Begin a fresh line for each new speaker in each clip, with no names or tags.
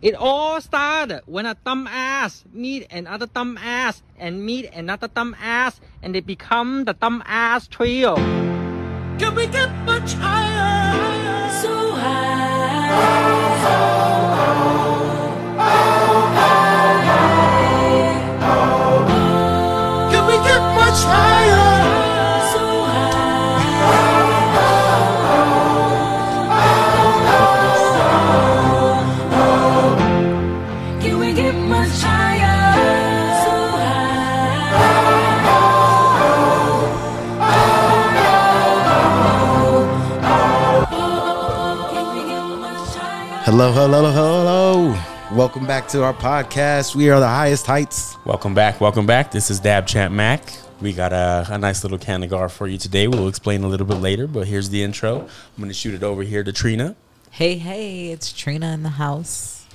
It all started when a dumb ass meet another dumb ass and meet another dumb ass and they become the dumb ass trio.
Can we get much higher? So high. Can we get much higher? So high. Can we get much higher? So high. Can we get much higher?
Hello, hello, hello, hello. Welcome back to our podcast. We are the highest heights.
Welcome back. Welcome back. This is Dab Champ Mac. We got a, a nice little can of gar for you today. We'll explain a little bit later, but here's the intro. I'm going to shoot it over here to Trina.
Hey, hey, it's Trina in the house.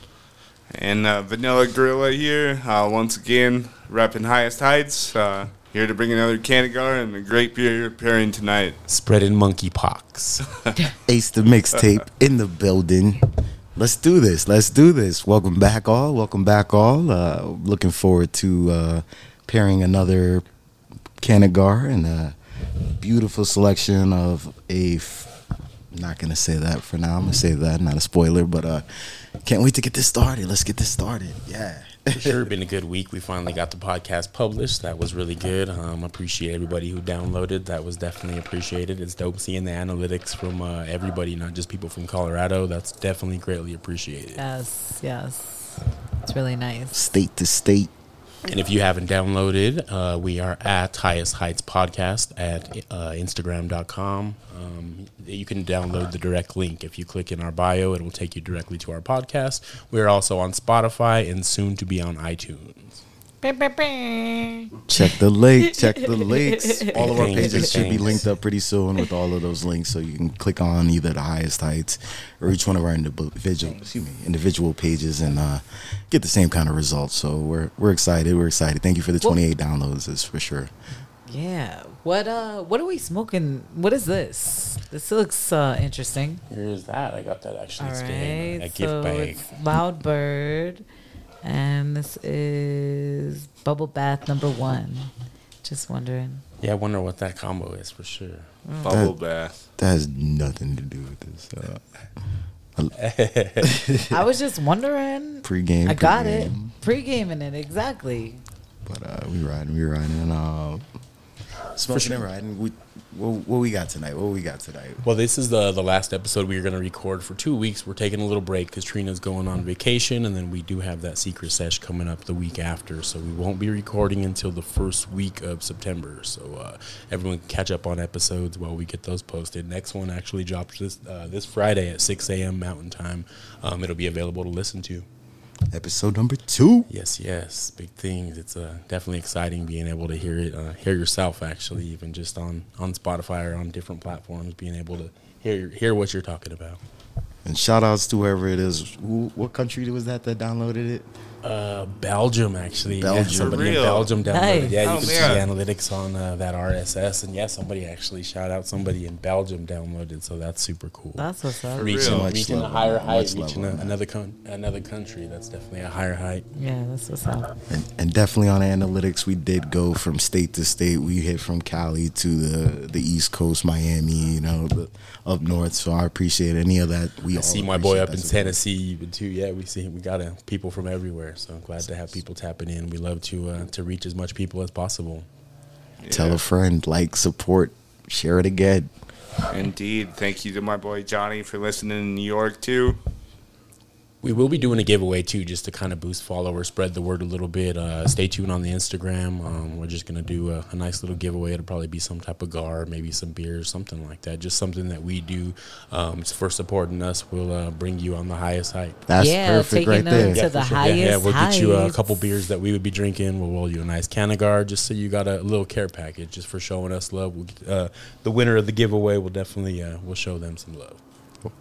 And uh, Vanilla Gorilla here, uh, once again, repping Highest Heights. Uh, here to bring another Canagar and a great beer pairing tonight.
Spreading monkeypox.
Ace the mixtape in the building. Let's do this. Let's do this. Welcome back, all. Welcome back, all. Uh, looking forward to uh, pairing another Canagar and a beautiful selection of a. F- not gonna say that for now. I'm gonna say that. Not a spoiler, but uh, can't wait to get this started. Let's get this started. Yeah.
For sure, been a good week. We finally got the podcast published. That was really good. Um, appreciate everybody who downloaded. That was definitely appreciated. It's dope seeing the analytics from uh, everybody, not just people from Colorado. That's definitely greatly appreciated.
Yes, yes. It's really nice.
State to state.
And if you haven't downloaded, uh, we are at Highest Heights Podcast at uh, Instagram.com. Um, you can download the direct link. If you click in our bio, it will take you directly to our podcast. We're also on Spotify and soon to be on iTunes.
Check the link. Check the links. All of our
Thanks,
pages should be
thanks.
linked up pretty soon with all of those links, so you can click on either the highest heights or each one of our individual, excuse me, individual pages, and uh, get the same kind of results. So we're we're excited. We're excited. Thank you for the
Well-
twenty eight downloads. That's for sure.
Yeah. What uh what are we smoking? What is this? This looks uh interesting.
Here's that. I got that actually.
All
It's big.
right.
That
So
gift
it's Loud Bird and this is Bubble Bath number 1. Just wondering.
bag. Yeah, I wonder what that combo is for sure.
Bubble bath.
That has nothing to do with this uh,
I was just wondering.
pregame.
I got it.
pregame.
Pre-gaming it exactly.
But uh, we riding. We riding. And, uh, smoking and riding. We, what, what we got tonight? What we got tonight?
Well, this is the the last episode we are going to record for two weeks. We're taking a little break because Trina's going on vacation, and then we do have that secret sesh coming up the week after. So we won't be recording until the first week of September. So uh, everyone can catch up on episodes while we get those posted. Next one actually drops this uh, this Friday at six a.m. Mountain Time. Um, it'll be available to listen to.
Episode number two.
Yes, yes, big things. It's uh, definitely exciting being able to hear it, uh, hear yourself actually, even just on on Spotify or on different platforms, being able to hear hear what you're talking about.
And shout outs to whoever it is. Who, what country was that that downloaded it?
Uh, Belgium actually,
Belgium.
Yeah, somebody in
For real?
Belgium downloaded.
Nice.
Yeah, you
Oh,
can
man.
see the analytics on uh, that RSS, and yeah, somebody actually shout out somebody in Belgium downloaded, so that's super cool.
That's what's up.
reaching
real.
Much
reaching a
love
higher
on that.
height,
Much love
reaching a,
on that.
another con- another country. That's definitely a higher height.
Yeah, that's what's up.
And, and definitely on analytics, we did go from state to state. We hit from Cali to the, the East Coast, Miami, you know, the, up north. So I appreciate any of that. We
I
all
see my
appreciate
boy up
that
in
support.
Tennessee even too. Yeah, we see we got uh, people from everywhere. So I'm glad to have people tapping in. We love to uh, to reach as much people as possible.
Tell a friend, like, support, share it again.
Indeed. Thank you to my boy Johnny for listening in New York, too.
We will be doing a giveaway too, just to kind of boost followers, spread the word a little bit. Uh, stay tuned on the Instagram. Um, we're just gonna do a, a nice little giveaway. It'll probably be some type of gar, maybe some beer, something like that. Just something that we do um, for supporting us. We'll uh, bring you on the highest height.
That's
Yeah,
perfect
taking
right
them
there.
to- the highest
we'll get you a
heights.
couple beers that we would be drinking. We'll roll you a nice Canagar just so you got a little care package just for showing us love. We'll, get- uh, the winner of the giveaway will definitely uh, will show them some love.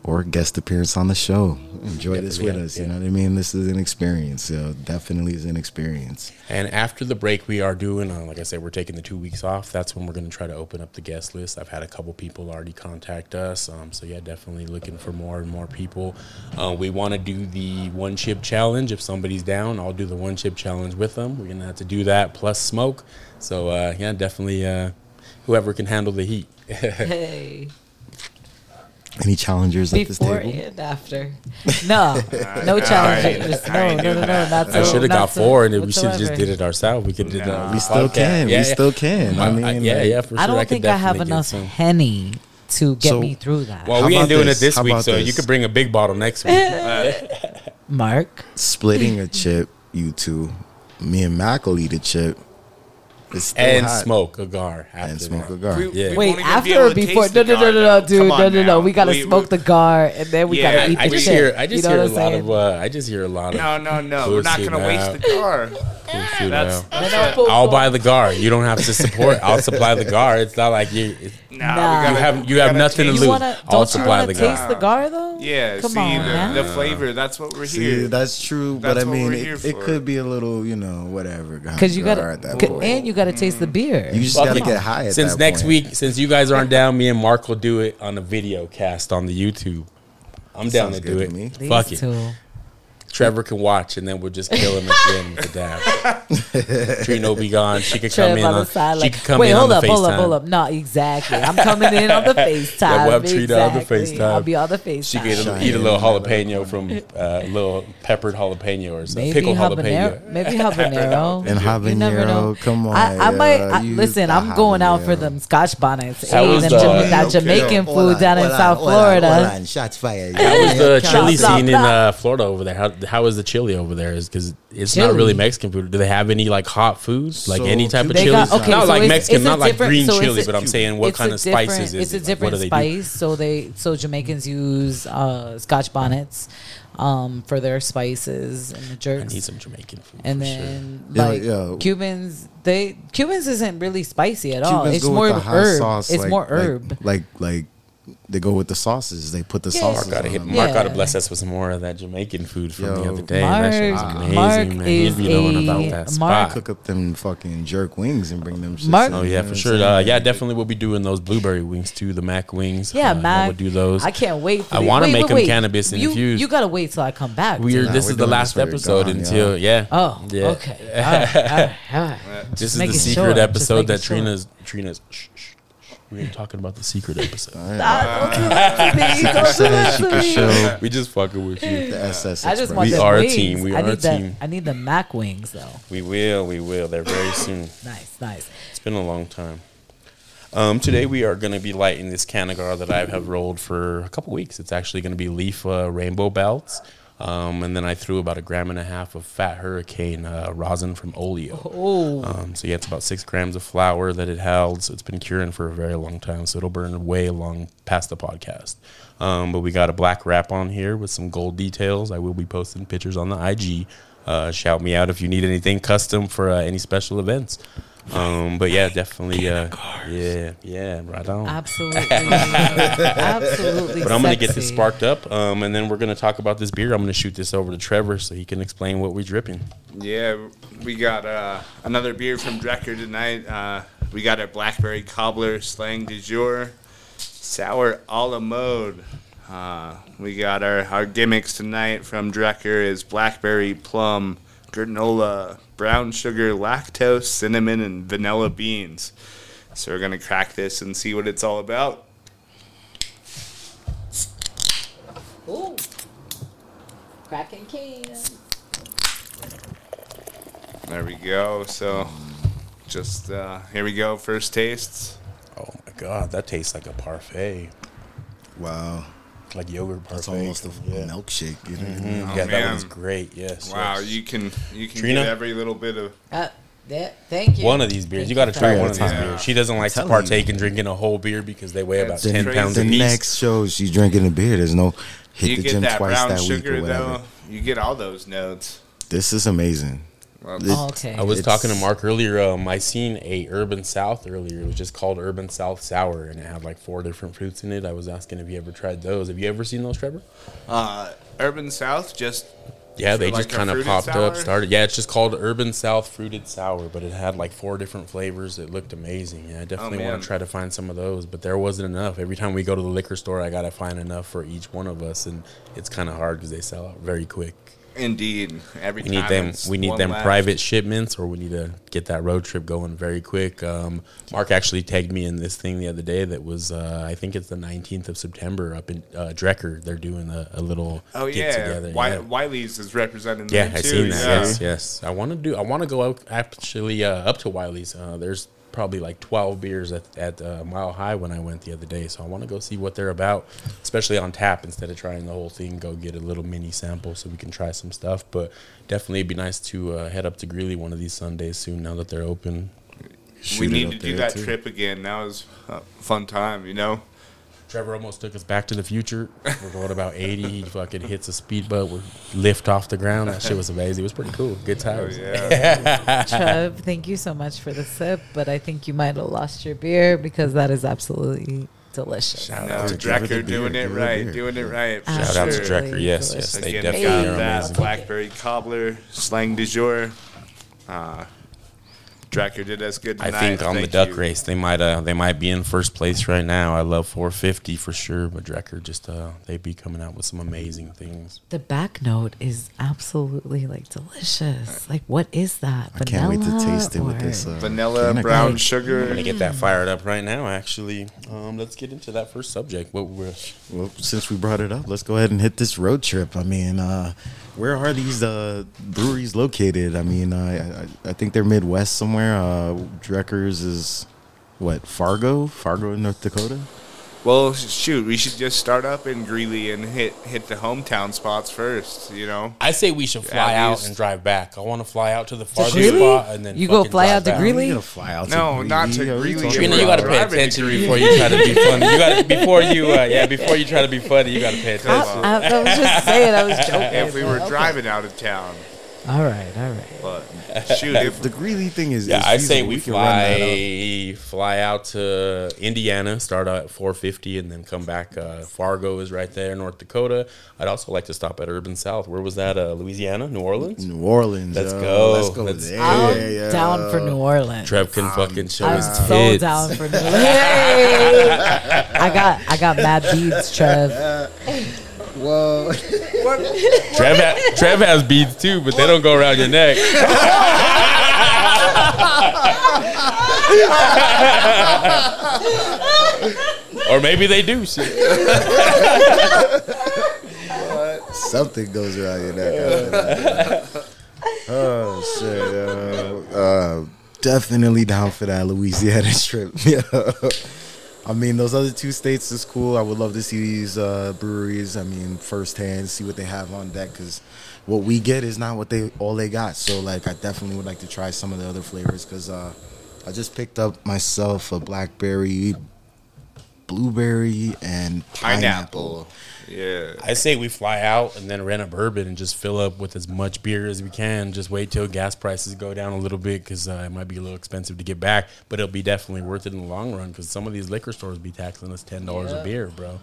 or a guest appearance on the show. Enjoy
Yeah,
this
yeah,
with us. You
yeah.
know what I mean? This is an experience. So definitely is an experience.
And after the break, we are doing, uh, like I said, we're taking the two weeks off. That's when we're going to try to open up the guest list. I've had a couple people already contact us. Um, so, yeah, definitely looking for more and more people. Uh, we want to do the one chip challenge. If somebody's down, I'll do the one chip challenge with them. We're going to have to do that plus smoke. So, uh, yeah, definitely uh, whoever can handle the heat.
Hey.
Any challengers at this
Before
table?
and after. No. No challenges. No, no, no, no. Not so,
I should have
not
got
so
four, and we should have just
Oh, whatsoever.
did it ourselves. We could did
Nah.
it.
We still can. We still can. I
I
mean,
yeah,
like-
yeah, for sure.
I don't
could
think I have
definitely get
enough
some.
henny to get
So-
me through that.
Well,
How
we ain't
about
doing
this?
it this
How
week,
about
so you
this?
could bring a big bottle next week.
Mark.
Splitting a chip, you two. Me and Mac will eat a chip. It's still
and
hot.
smoke a gar. After
And smoke
that.
a gar.
Yeah.
We
Wait,
won't even be
after
able
or
to taste
before? No,
the
no, no,
gar,
no, no,
though.
dude.
Come on
No, no, no.
now.
We gotta
We-
smoke the gar, and then we
Yeah,
gotta
I,
eat
I
the
just
chip.
hear, I just
you know
hear a
what I'm
lot
saying?
of, uh, I just hear a lot of.
No, no, no. We're not
Pussy
gonna waste the
now.
car.
pussy
That's,
now.
that's
No,
what-
pull,
I'll
pull.
buy the gar. You don't have to support. I'll supply the gar. It's not like you. It's,
nah,
Nah.
we gotta,
you have
we
you have
gotta
nothing to
taste-
lose.
wanna-
I'll
don't you
supply
wanna
the
taste
gar.
the gar though?
Yeah,
come
see
on,
the,
man.
the flavor. That's what we're
See,
here.
that's true, but
That's
I
what
mean,
we're
it,
here
it
for.
could be a little, you know, whatever.
Because you
got
gotta,
at that
c-
point.
and you gotta taste
Mm.
the beer.
you just
Well,
gotta
okay.
get high at
Since
that
next
point.
week, since you guys aren't down, me and Mark will do it on a video cast on the YouTube. I'm down
Sounds
to
good
do
to
it.
me.
These
Fuck it.
two.
Trevor can watch, and then we'll just kill him at the end with the dab. Trina will be gone. She could come
Trev
in
on the
on.
side,
she
like,
could come
wait,
in
hold
on
up,
the
hold up,
FaceTime.
hold up. No, exactly. I'm coming in on the FaceTime.
Yeah, web
exactly.
treat on the FaceTime.
I'll be on the FaceTime.
She could eat a,
Shine
eat a little
in that
jalapeno from uh, a little peppered jalapeno or something.
Maybe
Pickled
habanero.
jalapeno.
Maybe habanero.
And
You never know.
habanero, come on.
I, I might
yeah,
I,
you
listen.
the
I'm going out for
habanero.
them Scotch bonnets.
How
Hey,
was
them
the- uh,
Jama- that
Okay.
Jamaican
Yo,
food
hola,
down in
hola,
South
hola,
Florida.
hola, and shots fired.
How was the chili
Stop,
scene in
stop.
uh, Florida over there? How, how is the chili over there? Is because it's not
Chili?
really Mexican food. Do they have any like hot foods, like
So
any type of
They
chili?
got- okay,
not
so
like
it's-
Mexican,
it's a
not like
different-
green
so it's
chili,
a-
but I'm saying what
It's
kind
a
of spices is
different-
it?
It's a
Like,
different
what do they do?
spice. So they so Jamaicans use uh, Scotch bonnets um, for their spices and the
I
jerks.
need some Jamaican food.
and
for
then
Yeah,
like
yeah.
Cubans, they Cubans isn't really spicy at all.
Cubans
It's
go with
more
the hot
herb.
sauce,
it's
like-
more
like-
herb.
Like, like they go with the sauces. They put the
Yeah.
sauces.
Mark gotta
on
hit.
them.
Mark gotta
Yeah.
bless us with some more of that Jamaican food from the
Yo,
other day.
Mark,
that shit was
Mark
amazing, man.
is
He'd be knowing
a-
about that spot.
Mark-
Cook up them fucking jerk wings and bring them. shits
Mark-
in,
Oh
you
yeah,
know
for
what
sure.
I'm
Uh,
saying?
yeah, definitely we'll be doing those blueberry wings too, the mac wings.
yeah,
uh,
Mac.
We'll do those.
I can't wait. For
I
the-
wanna
wait,
make
wait,
them
wait.
cannabis
You-
infused.
You gotta wait till I come back.
We're
dude.
Nah,
this
we're
is the
doing
last
this when you're
episode
gone,
until yeah.
Oh,
yeah.
okay. All right, all right, all right.
This is the
making
secret
sure, just
episode
making
that
sure.
Trina's Trina's. Shh, shh, shh. We ain't talking about the secret episode.
Ah, don't do that to me. Don't do that to me.
Show
we just fucking with you.
the SS.
I just
Express.
want
We
the
are a
wings.
team. We
I
are a
need the-
team.
I need the Mac wings though.
We will. We will. They're very soon.
Nice, nice.
It's been a long time. Um, today we are going to be lighting this Canagar that I have rolled for a couple weeks. It's actually going to be leaf uh, rainbow belts, um, and then I threw about a gram and a half of Fat Hurricane uh, rosin from Oleo.
Oh,
Um, so yeah, it's about six grams of flour that it held. So it's been curing for a very long time. So it'll burn way long past the podcast. Um, but we got a black wrap on here with some gold details. I will be posting pictures on the IG. Uh, shout me out if you need anything custom for uh, any special events. Um, but yeah, definitely. Uh, yeah, yeah, right on.
absolutely, absolutely.
But I'm gonna get this
sexy.
sparked up, um, and then we're gonna talk about this beer. I'm gonna shoot this over to Trevor so he can explain what we're dripping.
Yeah, we got uh, another beer from Drecker tonight. Uh, we got our blackberry cobbler slang du jour, sour a la mode. Uh, we got our, our gimmicks tonight from Drecker is blackberry plum, granola, brown sugar, lactose, cinnamon, and vanilla beans. So we're gonna crack this and see what it's all about.
Ooh. Cracking cans.
There we go. So, just uh, here we go. First tastes.
Oh my god, that tastes like a parfait,
Wow,
like yogurt parfait.
it's almost a milkshake. You know?
yeah, that
man.
one's great. Yes.
Wow,
yes.
you can you can
Trina?
get every little bit of
Uh, yeah, thank you.
one of these beers. You got to try
Yeah,
one of these
yeah.
beers. She doesn't like to
telling you.
partake in drinking a whole beer because they weigh about
That's
ten
crazy.
pounds
The
a piece.
next show, she's drinking a beer. There's no hit
you
the
get
gym
that
twice
brown
that week
sugar
or whatever.
though. You get all those notes.
This is amazing.
Well,
Oh, okay.
I was
It's-
talking to Mark earlier. Um, I seen a Urban South earlier. It was just called Urban South Sour, and it had like four different fruits in it. I was asking if you ever tried those. Have you ever seen those, Trevor?
uh, Urban South just
Yeah,
Is
they
it
just
like a
kind of
fruited
popped up,
sour?
started. Yeah, it's just called Urban South Fruited Sour, but it had like four different flavors. It looked amazing. Yeah, I definitely
Oh, man.
want to try to find some of those, but there wasn't enough. Every time we go to the liquor store, I gotta find enough for each one of us, and it's kind of hard because they sell out very quick.
indeed every
We need
time
them.
it's
We need
one
them
left.
private shipments, or we need to get that road trip going very quick. Um, Mark actually tagged me in this thing the other day that was, uh, I think it's the nineteenth of September up in uh, Drecker. They're doing a, a little
Oh
get
yeah,
together.
Wi- Wiley's is representing.
Yeah,
them
I
too,
seen that.
yeah.
Yes, yes. I want to do. I want to go out actually uh, up to Wiley's. Uh, there's probably like 12 beers at, at uh, Mile High when I went the other day, so I want to go see what they're about, especially on tap instead of trying the whole thing. Go get a little mini sample so we can try some stuff. But definitely, it'd be nice to uh, head up to Greeley one of these Sundays soon. Now that they're open,
we
Shoot it
need
up
to do
there,
that
too.
trip again. That was a fun time, you know.
Trevor almost took us back to the future. We're going about 80. He fucking hits a speedboat. We lift off the ground. That shit was amazing. It was pretty cool. Good
Oh
times.
yeah,
Trev, thank you so much for the sip, but I think you might have lost your beer because that is absolutely delicious.
no,
out to Trevor the
Drecker doing
beer,
it
Trevor the
right,
beer.
doing it right. for
Shout
Shout out to
sure.
Drecker. Yes, yes. They
Again,
definitely
got
are
that
amazing.
blackberry cobbler slang du jour. Uh, Drecker did us good.
I
Tonight.
think on the
Thank
duck
you.
race they might uh they might be in first place right now. I love 450 for sure, but Drecker just uh they be coming out with some amazing things.
The back note is absolutely like delicious. Like, what is that?
I can't wait to
Vanilla
taste it with
or-
this uh,
Vanilla,
can of
brown
Coke.
I'm gonna
sugar.
get that
Mm.
fired up right now. Actually, um, let's get into that first subject. What we're
Well, since we brought it up, let's go ahead and hit this road trip. I mean, uh, where are these uh, breweries located? I mean, I, I I think they're Midwest somewhere. Uh, Dreckers is what Fargo, Fargo, North Dakota.
Well, shoot, we should just start up in Greeley and hit hit the hometown spots first. You know,
I say we should fly
At
out
least-
and drive back. I want to fly out to the farthest
Greeley?
spot and then
You go
fucking
fly
drive
out to
back.
Greeley?
You gotta fly out.
No, not to
Are you
Greeley.
talking
Trina,
We're
you
about?
got to pay
driving to
attention
Greeley.
before you try to be funny. You got to before you uh, yeah before you try to be funny. You got to pay attention.
I, I- I was just saying, I was joking.
if we were
Okay.
driving out of town,
All right, all right.
but shoot, if
The Greeley thing is.
Yeah,
is
I say
feasible.
we
can run that up.
fly fly out to Indiana, start out at 450, and then come back. Uh, Fargo is right there, North Dakota. I'd also like to stop at Urban South. Where was that? Uh, Louisiana, New Orleans.
New Orleans.
Let's
yo.
go.
Let's go
Let's
there.
I'm
yeah.
down for New Orleans.
Trev can fucking show
I'm
his
so
tits.
down for New Orleans. I got I got mad beads, Trev.
Whoa.
Trev, ha- Trev has beads too, but they don't go around your neck. or maybe they do. Shit.
Something goes around your neck. after that. oh shit! yo. Uh, definitely down for that Louisiana trip. Yeah. I mean, those other two states is cool. I would love to see these uh, breweries. I mean, firsthand, see what they have on deck because what we get is not what they all they got. So, like, I definitely would like to try some of the other flavors because uh, I just picked up myself a blackberry, blueberry, and pineapple.
pineapple, yeah.
I say we fly out and then rent a bourbon and just fill up with as much beer as we can. Just wait till gas prices go down a little bit because uh, it might be a little expensive to get back, but it'll be definitely worth it in the long run because some of these liquor stores be taxing us ten dollars a beer, bro.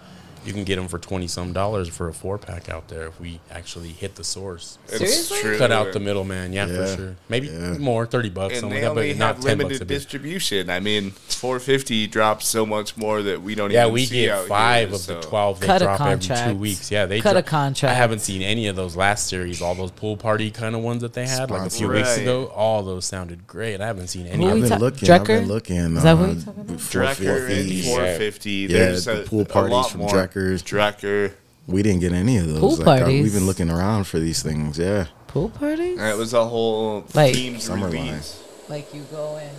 You can get them for twenty some dollars for a four pack out there if we actually hit the source.
It's
Seriously?
true.
Cut out the middleman, yeah,
Yeah.
for sure. Maybe
Yeah.
more, thirty bucks,
and
something
they
like
only
that, but not
have
ten bucks a
limited
beer.
distribution. I mean, 450 drops so much more that we don't
Yeah,
even
we
see
get
out
five
here,
of the
so-
twelve they
Cut a
drop every
contract.
two weeks. Yeah, they
Cut a
drop-
contract.
I haven't seen any of those last series. All those pool party kind of ones that they had like a few
Sponsored.
weeks
Right.
ago. All those sounded great. I haven't seen any.
Who
of
we
I've been
them.
ta-
looking. I've
Drecker?
been looking.
Is that
uh,
what you're talking about?
Drecker
450.
and 450.
Yeah,
There's
the
a,
pool
a
parties
lot
from
more.
Dreckers.
Drecker.
We didn't get any of those.
Pool
Like, I-
parties.
We've been looking around for these things. Yeah.
Pool party?
It was a whole
Like-
team's
Summer
release.
Like you go and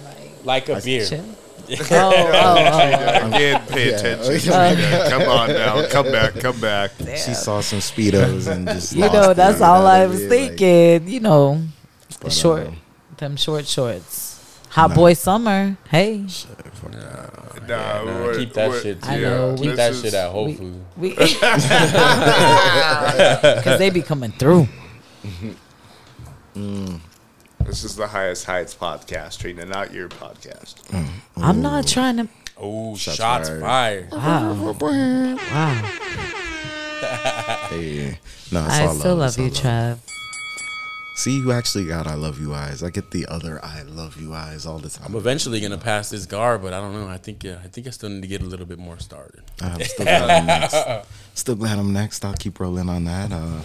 like
Like a beer.
chill. Oh, oh, oh,
Again, pay
Yeah.
attention. Rita. Come on now. Come back. Come back.
oh.
She saw some speedos and just.
You
lost
know,
it,
that's
you
all
know
I
what
was
mean? Like,
thinking. you know,
but,
short,
um,
them short shorts. Hot boy summer. Hey,
Nah,
Nah,
we're-
keep that
we're-
shit.
I
too.
know.
Keep
this
that
is-
shit at Whole
we-
Foods.
we because they be coming through.
This is the Highest Heights podcast, Trina, not your podcast.
I'm not trying to.
Oh,
Shots
shots,
fired.
fired.
Wow. wow.
Hey, no, it's
I
all
still love
it's all
you, Trev.
See, you actually got "I love you" eyes. I get the other "I love you" eyes all the
I'm
time.
eventually gonna pass this guard, but I don't know. I think yeah, I think I still need to get a little bit more started.
I'm still glad I'm next. Still glad I'm next. I'll keep rolling on that. Uh,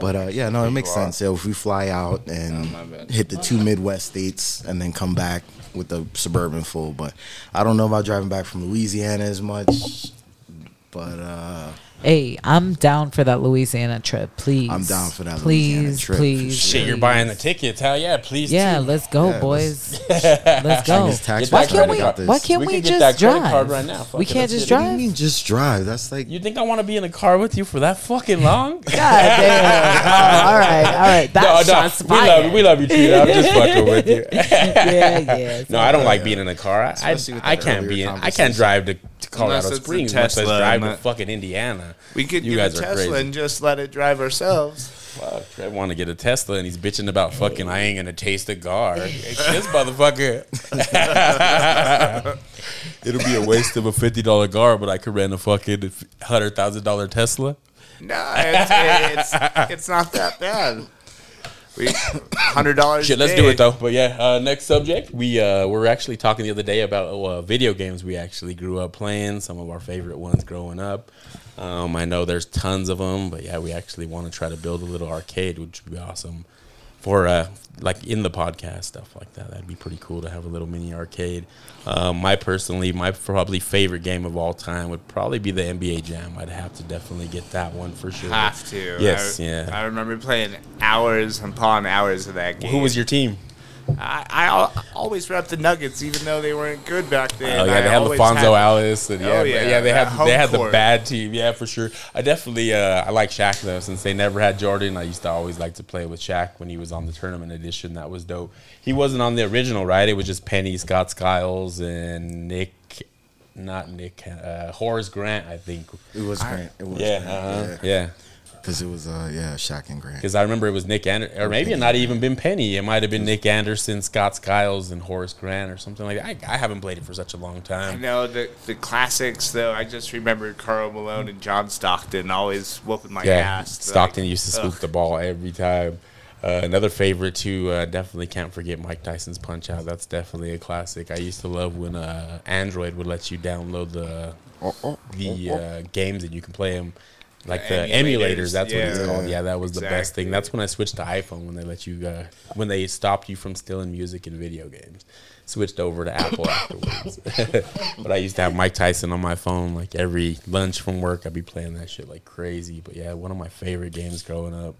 but uh, yeah, no, it makes sense. So if we fly out and
my bad.
hit the two Midwest states and then come back with the suburban full, but I don't know about driving back from Louisiana as much. But uh,
Hey, I'm down for that Louisiana trip, please.
I'm down for that
please,
Louisiana trip, for
Please,
sure.
Shit, you're
please.
buying the tickets? Hell yeah, please.
Yeah,
too.
let's go,
Yeah,
boys. let's go.
it's tax
Get that
Why
why
can't
credit
we?
card.
Oh. Why can't
We
we,
could get
just
that credit
drive?
card right now. Fuck
we
it,
can't
let's
just
get
What do
it.
you
drive.
mean just drive? That's like
You think I want to be in a car with you for that fucking long?
God Ah, damn. Oh, all right, all right. That's shots
we love you.
fired.
We love you, Trina. I'm just fucking with you.
Yeah, yeah.
No, I don't like being in a car. I, I,
Especially with
I
that
can't
earlier
be in. I
conversation.
can't drive to, to Colorado
it's a
Springs, much less
Tesla,
drive to
not-
fucking Indiana.
We could
You
give a
guys are
Tesla
crazy.
and just let it drive ourselves.
Fuck, I want to get a Tesla, and he's bitching about fucking. I ain't gonna taste the gar. this motherfucker. It'll be a waste of a fifty dollar gar, but I could rent a fucking hundred thousand dollar Tesla.
No, it's, it's, it's not that bad. We, $100
Shit,
a
let's do
day.
it though. But yeah, uh, next subject. We uh, were actually talking the other day about uh, video games we actually grew up playing. Some of our favorite ones growing up. Um, I know there's tons of them, but yeah, we actually want to try to build a little arcade, which would be awesome for uh, like in the podcast stuff like that. That'd be pretty cool to have a little mini arcade. Um, my personally, my probably favorite game of all time would probably be the NBA Jam. I'd have to definitely get that one for sure.
Have to.
Yes,
I,
yeah.
I remember playing hours upon hours of that game.
Who was your team?
I, I al- always rep the Nuggets, even though they weren't good back then.
Oh yeah,
I
they had
always
Lafonso
had-
Alice, and
Oh,
yeah,
yeah,
yeah, they
that
had they
home
had the
court.
bad team, yeah, for sure. I definitely uh, I like Shaq though, since they never had Jordan. I used to always like to play with Shaq when he was on the tournament edition. That was dope. He wasn't on the original, right? It was just Penny, Scott Skiles, and Nick, not Nick, uh, Horace Grant, I think.
it was. Grant. It was
Yeah,
Grant,
uh-huh,
yeah,
yeah.
because it was uh, yeah, Shaq and Grant.
Because I remember it was Nick Anderson, or maybe it not even been Penny. It might have been Nick Anderson, Scott Skiles, and Horace Grant, or something like that. I, I haven't played it for such a long time.
You know, the, the classics, though, I just remember Carl Malone and John Stockton always whooping my ass. like,
Stockton used to scoop
ugh.
the ball every time. Uh, another favorite too. Uh, definitely can't forget Mike Tyson's Punch Out. That's definitely a classic. I used to love when uh, Android would let you download the the uh, games and you can play them like the,
The
emulators.
emulators,
That's what it's
yeah.
called. Yeah, that was the best thing.
Exactly.
That's when I switched to iPhone when they let you uh, when they stopped you from stealing music and video games. Switched over to Apple afterwards. but I used to have Mike Tyson on my phone like every lunch from work. I'd be playing that shit like crazy. But yeah, one of my favorite games growing up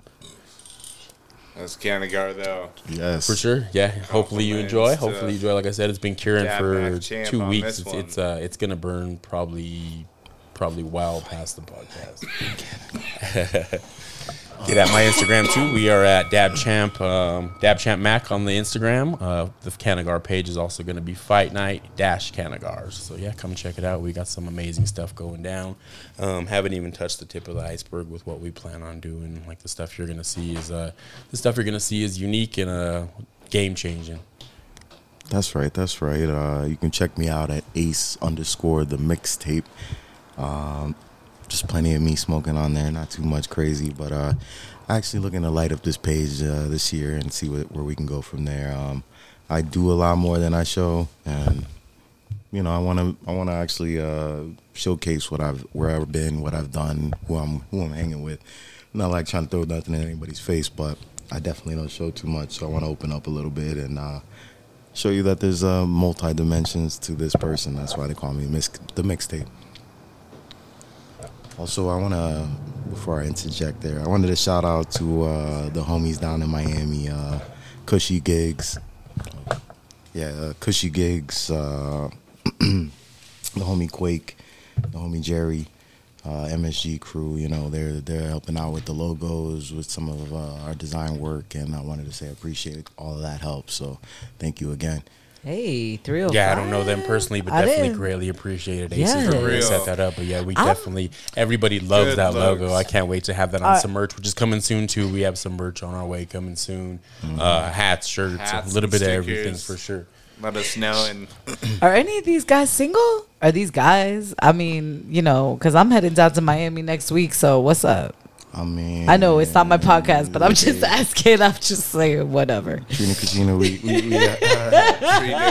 That's Canagar, though.
Yes,
for sure. Yeah, hopefully you
Compliments
enjoy.
to
Hopefully you enjoy. Like I said, it's been curing
Dad
for
Mac Champ
two
on
weeks.
this
It's it's, uh, it's gonna burn probably probably well past the podcast. Get at my Instagram too. We are at Dab Champ, um, Dab Champ Mac on the Instagram. Uh, the Canagar page is also going to be Fight Night Dash Canagars. So yeah, come check it out. We got some amazing stuff going down. Um, haven't even touched the tip of the iceberg with what we plan on doing. Like the stuff you're going to see is uh, the stuff you're going to see is unique and uh, game changing.
That's right. That's right. Uh, you can check me out at ace underscore the mixtape. Um, just plenty of me smoking on there. Not too much crazy, but uh, actually looking to light up this page uh, this year and see what, where we can go from there. Um, I do a lot more than I show, and you know, I want to I want to actually uh, showcase what I've where I've been, what I've done, who I'm who I'm hanging with. Not like trying to throw nothing in anybody's face, but I definitely don't show too much, so I want to open up a little bit and uh, show you that there's uh, multi dimensions to this person. That's why they call me mis- the mixtape. Also, I want to, before I interject there, I wanted to shout out to uh, the homies down in Miami, uh, Cushy Gigs. Yeah, uh, Cushy Gigs, uh, the homie Quake, the homie Jerry, uh, MSG crew. You know, they're they're helping out with the logos, with some of uh, our design work, and I wanted to say I appreciate all of that help. So, thank you again.
Hey, 305.
Yeah, I don't know them personally, but
I
definitely
didn't-
greatly appreciated Aces
Yes.
for
For
really
real.
set that up. But yeah, we
I'm-
definitely everybody loves
Good
that
looks.
logo. I can't wait to have that on some merch, which is coming soon too. We have some merch on our way coming soon. Uh, hats, shirts,
Mm-hmm. Hats
a little
and
bit of everything
stickers.
for sure.
Let us know and
Are any of these guys single? Are these guys? I mean, you know, because I'm heading down to Miami next week. So what's up?
I mean,
I know it's not my podcast, but I'm just asking. I'm just saying whatever.
Trina Katrina, we we, we, uh,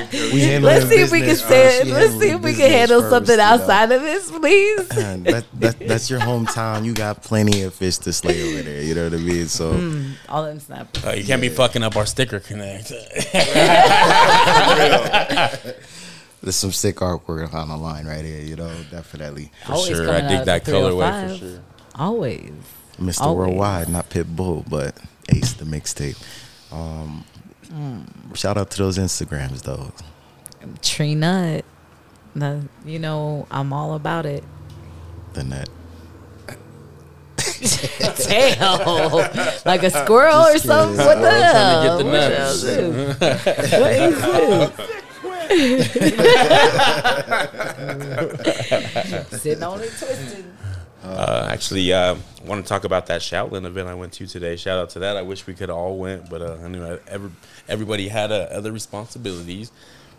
treat
we handle
Let's
the
see if we can
business
say.
first. We handle
Let's
the
see if we can
business
handle
first,
something
you know.
outside of this, please.
Man, that, that that's your hometown. You got plenty of fish to slay over there. You know what I mean? So
All in snap.
Uh, you can't be fucking up our sticker connect.
there's some sick artwork on the line right here. You know, definitely.
Always
sure.
coming
I dig
out
that
the
colorway for
305.
sure.
Always.
Mr.
Always.
Worldwide, not Pitbull, but Ace the mixtape. Um,
Hmm.
Shout out to those Instagrams though.
Tree nut. The- you know, I'm all about it.
The net.
Tail. like a squirrel or something. What the hell?
trying to get the
What
nuts.
is this? What is this? Sitting on it twisted.
Uh, actually, uh, want to talk about that Shaolin event I went to today. Shout out to that. I wish we could all went, but uh, I knew I, every, everybody had uh, other responsibilities.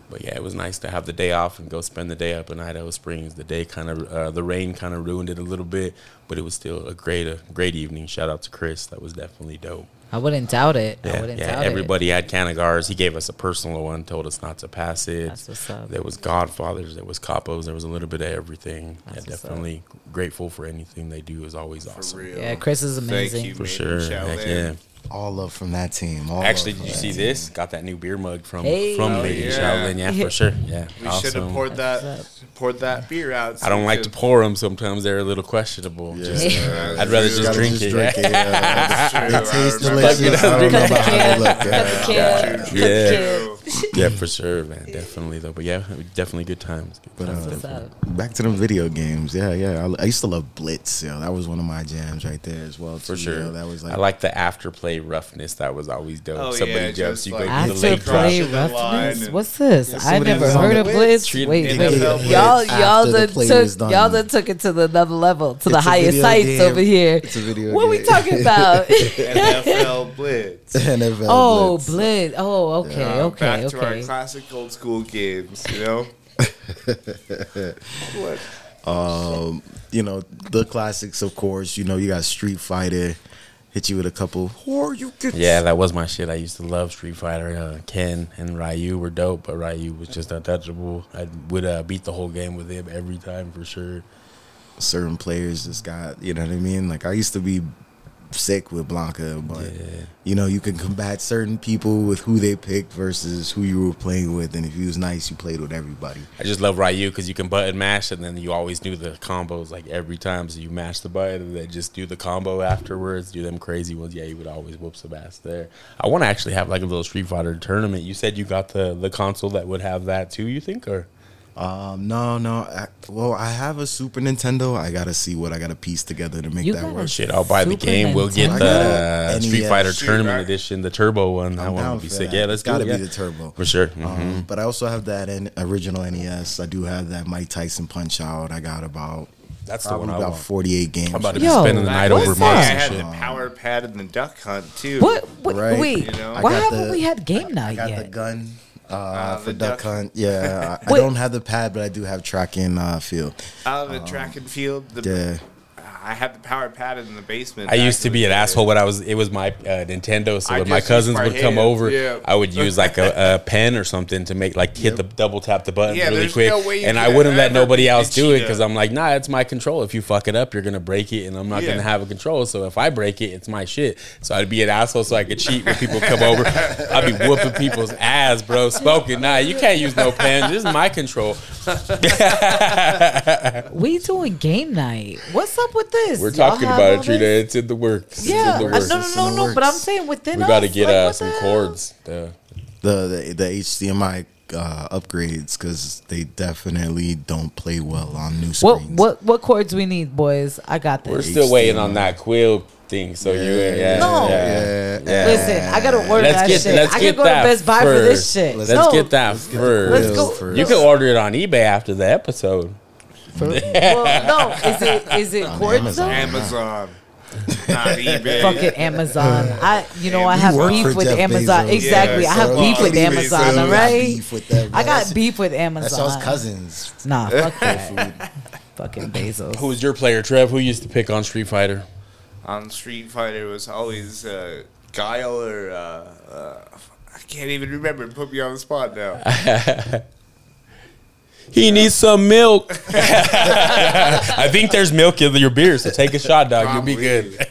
But yeah, it was nice to have the day off and go spend the day up in Idaho Springs. The day kind of, uh, the rain kind of ruined it a little bit, but it was still a great, a great evening. Shout out to Chris. That was definitely dope.
I wouldn't doubt it. I
Yeah,
wouldn't
yeah.
doubt
Everybody had Canagars. He gave us a personal one, told us not to pass it.
That's what's up.
There was Godfathers, there was Capos, there was a little bit of everything.
That's
yeah,
what's up.
definitely grateful for anything they do is always
for
awesome.
real.
it. Yeah, Chris is
Thank
amazing.
you,
For sure. Heck yeah.
All love from that team. All love
Actually, did
from
you
that
see
team.
this? Got that new beer mug from
Hey.
from
Oh,
Lady
yeah.
Shaolin. Yeah,
Yeah.
for sure. Yeah,
We should have poured that
That's
poured that beer out.
I don't like to
soon,
pour them. Sometimes they're a little questionable. Just,
Yeah.
I'd rather
You
just
Gotta
drink
just
it.
drink it. yeah.
too. True, I
It tastes
remember
delicious. I don't know
Cut the
about how
can.
they look.
Cut
Yeah.
the can.
that.
Yeah,
True.
yeah, for sure, man. Definitely though. But yeah, definitely good times. Good
But,
times,
uh,
What's
definitely.
up?
Back to them video games. Yeah, yeah. I, I used to love Blitz. Yeah, that was one of my jams right there as well.
For
too,
sure.
you know, that was like,
I like the afterplay roughness. That was always dope.
Oh,
Somebody
yeah,
jumps,
just
you
like-
go do the
After
late drop.
play
Crossing the line
roughness.
and-
What's this? I
somebody
never
was on
heard
the
of Blitz.
Treat-
Wait,
NFL
wait.
Blitz.
Y'all, y'all
After the
done
play
took
was done.
y'all done took it to another level, to the
It's a
highest
video
heights
game.
over here.
It's a video
what we
game.
talking about?
NFL Blitz.
NFL
oh,
Blitz.
Blitz. Oh, okay,
Uh,
okay,
back
okay.
to our classic old school games, you know? what?
Um, you know the classics, of course. You know you got Street Fighter. Hit you with a couple, or you could
Yeah, that was my shit. I used to love Street Fighter. Uh, Ken and Ryu were dope, but Ryu was just untouchable. I would uh, beat the whole game with him every time for sure.
certain players just got you know what I mean. Like I used to be sick with Blanca, but you know you can combat certain people with who they picked versus who you were playing with, and if you was nice, you played with everybody.
I just love Ryu because you can button mash and then you always do the combos like every time. So you mash the button and then just do the combo afterwards, do them crazy ones. Yeah, you would always whoop some ass there. I want to actually have like a little Street Fighter tournament. You said you got the, the console that would have that too, you think? Or
Um, no, no. I, well, I have a Super Nintendo. I gotta see what I gotta piece together to make
You
that
gotta
work.
shit, I'll buy the
Super
game. We'll get
Nintendo.
the
NES.
Street Fighter
Shoot,
tournament
right?
edition, the turbo one. That
I'm
one
down
would be
for
sick.
that.
Yeah,
It's
let's
gotta
go.
be
yeah.
the turbo.
For sure. Mm-hmm.
Um, but I also have that in original NES. I do have that Mike Tyson Punch Out. I got about
That's the
probably
one I
about
want.
forty eight games.
I'm about
right
to be
Yo,
spending the night
what's
over
that?
I
mods and
had
shit.
the power pad and the duck hunt, too.
What? what
Right.
Wait,
You know? I
why
got
haven't
the-
we had game night
now. I got the
yet?
gun uh, for
Ah,
the
Duck,
duck.
Hunt. Yeah, I, I
Wait.
don't have the pad, but I do have tracking uh, field.
Out of the track and field. The,
Yeah.
I had the power pad in the basement.
I
back
used to
in
be
the
an
day.
asshole when I was. It was my uh, Nintendo. So
I
when my
just used
cousins
my
would come
hands,
over,
yeah.
I would use like a, a pen or something to make like hit the double tap the button
Yeah,
really
there's
quick,
no way you
and I
could
wouldn't let
ever beat
nobody
the
else do it
cheetah.
because I'm like, nah, it's my control. If you fuck it up, you're gonna break it, and I'm not
Yeah.
gonna have a control. So if I break it, it's my shit. So I'd be an asshole so I could cheat when people come over. I'd be whooping people's ass, bro. Smoking, nah, you can't use no pen. This is my control.
We doing game night. What's up with this?
We're
Y'all
talking
have
about
all
it, Trina.
this?
It's in the works.
Yeah,
it's in
I-
the works.
no,
It's
no,
in
no,
the
no. But I'm
works.
saying within
we
us,
got to get
like,
uh,
what
some
the hell?
cords. uh, The,
The the, the HDMI uh, upgrades because they definitely don't play well on new
What
screens.
what what chords we need, boys? I got
We're
this.
still waiting on that quill thing. So you, yeah,
Yeah,
yeah,
No.
yeah.
Yeah.
Listen, I gotta order
Let's
that
get
shit.
let's
I
get
could go to
that
Best Buy for this
first.
shit.
Let's
no,
get that first.
Let's go.
first.
You can order it on eBay after the episode.
Well, no, is it is it quartz
Amazon.
though?
Amazon, not eBay.
Fucking Amazon. I you know I
You
have
work for
beef with
Jeff
Amazon.
Bezos.
Exactly.
Yeah,
I have
so
beef
well,
with
I mean,
Amazon,
so
all
I
right?
with that,
I
bro.
got beef with
That's
Amazon.
all his cousins.
Nah, fuck that. Fucking
Who
Bezos.
was your player, Trev? Who used to pick on Street Fighter?
on Street Fighter was always uh, Guile or uh, uh, I can't even remember. Put me on the spot now.
He needs some milk. I think there's milk in your beer, so take a shot, dog. You'll be good.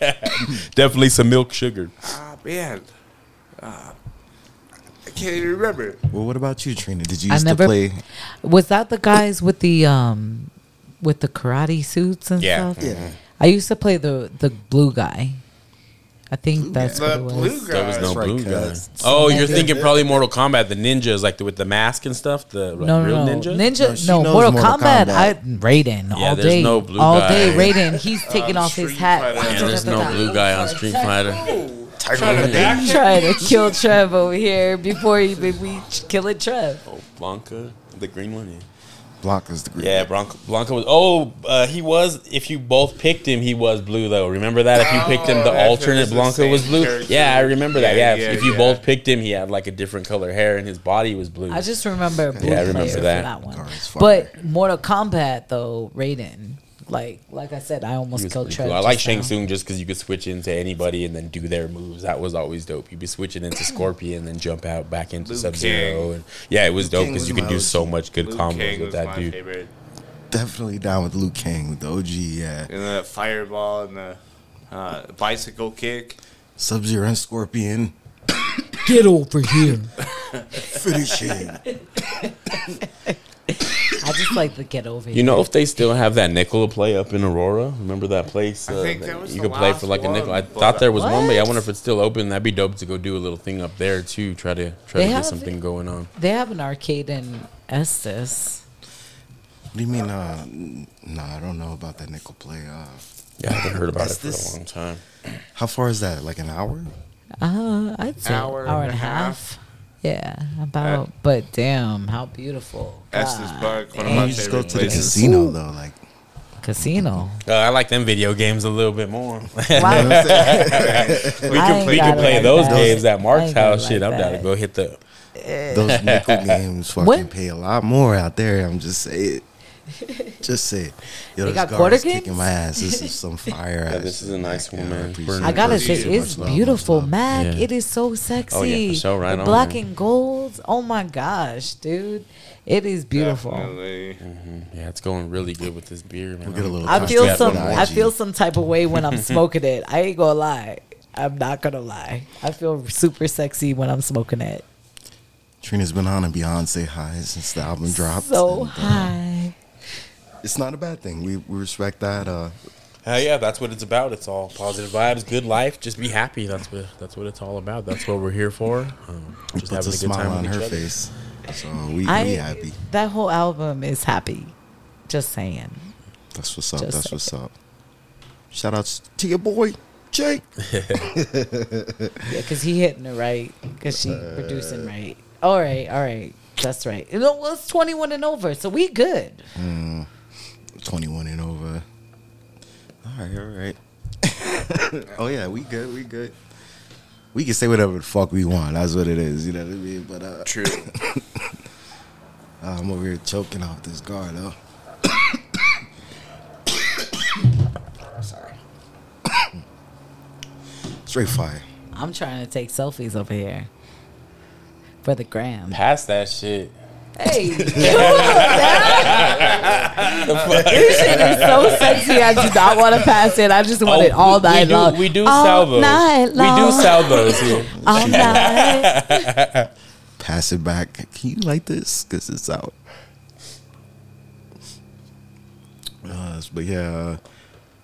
Definitely some milk sugar.
Ah man, Ah, I can't even remember.
Well, what about you, Trina? Did you
I
used
never-
to play?
Was that the guys with the um with the karate suits and
Yeah.
stuff? I used to play the the blue guy. I think that's
The
what it was.
blue guy.
There was no
right,
blue guy.
cuz.
Oh, you're thinking probably Mortal Kombat, the ninjas, like the, with the mask and stuff. The like,
No,
real
no, no,
ninjas.
No,
ninja.
she
No,
knows
Mortal,
Mortal
Kombat.
Kombat.
I Raiden all
there's
day.
no blue
all
guy.
day, Raiden. He's taking
Um,
off his
Street
hat.
Fighter.
Yeah, there's no blue guy on Street Fighter.
I'm trying to kill Trev over here before even we ch- kill it, Trev.
Oh, Blanca, the green one. Yeah.
Blanca's the group.
Yeah, Blanca, Blanca was. Oh, uh, he was. If you both picked him, he was blue though. Remember that? If you picked him, the
Oh, that's
alternate
the
Blanca
same
was blue.
character.
Yeah, I remember that.
Yeah,
Yeah,
yeah,
if you
yeah.
both picked him, he had like a different color hair, and his body was blue.
I just remember. Blue
Yeah, I remember
player for
that.
that one.
Gar is fire.
But Mortal Kombat though, Raiden. Like, like I said, I
He
almost
was
killed
pretty
Trev.
cool. I like
just
Shang
now.
Tsung just because you could switch into anybody and then do their moves. That was always dope. You'd be switching into Scorpion and then jump out back into
Liu
Sub Zero.
Kang.
And yeah, it was dope
Kang
because
was
you could
my
do
OG.
so much good
Liu
combos
Kang
with
was
that
my
dude.
favorite.
Definitely down with Luke King with the OG. Yeah,
And the fireball and the uh, bicycle kick.
Sub Zero and Scorpion.
Get over here.
Finish it.
I just like the get over here.
You know if they still have that nickel to play up in Aurora? Remember that place? uh,
I think that was
you
the
could play
last
for like a nickel. I
one, but-
thought there was one, but I
What?
wonder if it's still open. That'd be dope to go do a little thing up there too. Try to try
They
to get
have-
something going on.
they have an arcade in Estes.
What do you mean? Uh, n- nah, I don't know about that nickel play. Uh,
Yeah, I haven't heard about it
Is
for
this-
a long time.
how far is that? Like an hour?
Uh, I'd say
Hour
hour,
and
hour
a
and a
half.
half. Yeah, about. but damn, how beautiful.
Estes
God.
Park, one of
Why
my
don't you just go
favorite
to the
places.
casino though? Like,
Casino.
Uh, I like them video games a little bit more. we
Wow. I
can
ain't
we
got
can
it
play
like
those
that.
games at
I
Mark's
ain't got it
house.
like
Shit, I'm down to
that.
go hit the
those nickel games fucking
What?
pay a lot more out there. I'm just saying. Just say it. Yo,
They
this
got
guard
quarter
is kicking
games?
my ass. This is some fire ass.
this is a nice
shit.
one,
Yeah,
man.
appreciate
Burn
it.
I gotta
Appreciate
say,
it.
it's
Much love, much
beautiful,
love.
Mac.
Yeah.
It is so sexy.
sure, right
the
on,
black
man.
and gold. Oh my gosh, dude, it is beautiful.
Definitely.
Yeah, it's going really good with this beer, man.
We'll get a little
I feel
Yeah,
some.
one
I feel some type of way when I'm smoking it. I ain't gonna lie. I'm not gonna lie. I feel super sexy when I'm smoking it.
Trina's been on a Beyonce high since the album dropped. and,
So
uh,
high.
It's not a bad thing. We, we respect that. Uh,
Hell yeah, that's what it's about. It's all positive vibes, good life. Just be happy. That's what that's what it's all about. That's what we're here for. Um,
puts
just having
a
a good
smile
time
on
with
her
each other.
face. So we,
I
we happy.
that whole album is happy. Just saying.
That's what's up.
Just
That's
like
what's up. Shout outs to your boy, Jake.
Yeah, because he hitting it right. Because she producing right. All right, all right. That's right. You know, well, it's 21 and over, so we good.
21 and over. All right, all right. oh, yeah, we good. We good. We can say whatever the fuck we want. That's what it is. You know what I mean? But uh,
True.
I'm over here choking off this guard, though. Sorry. Straight fire.
I'm trying to take selfies over here for the gram.
Pass that shit.
Hey, dude, that
Uh,
shit is so sexy. I do not want to pass it. I just want it all
Oh, we
night
do,
long.
We do
all
sell those.
Night long.
We do sell those here.
all night.
Pass it back. Can you like this? Because it's out. Uh, but yeah, uh,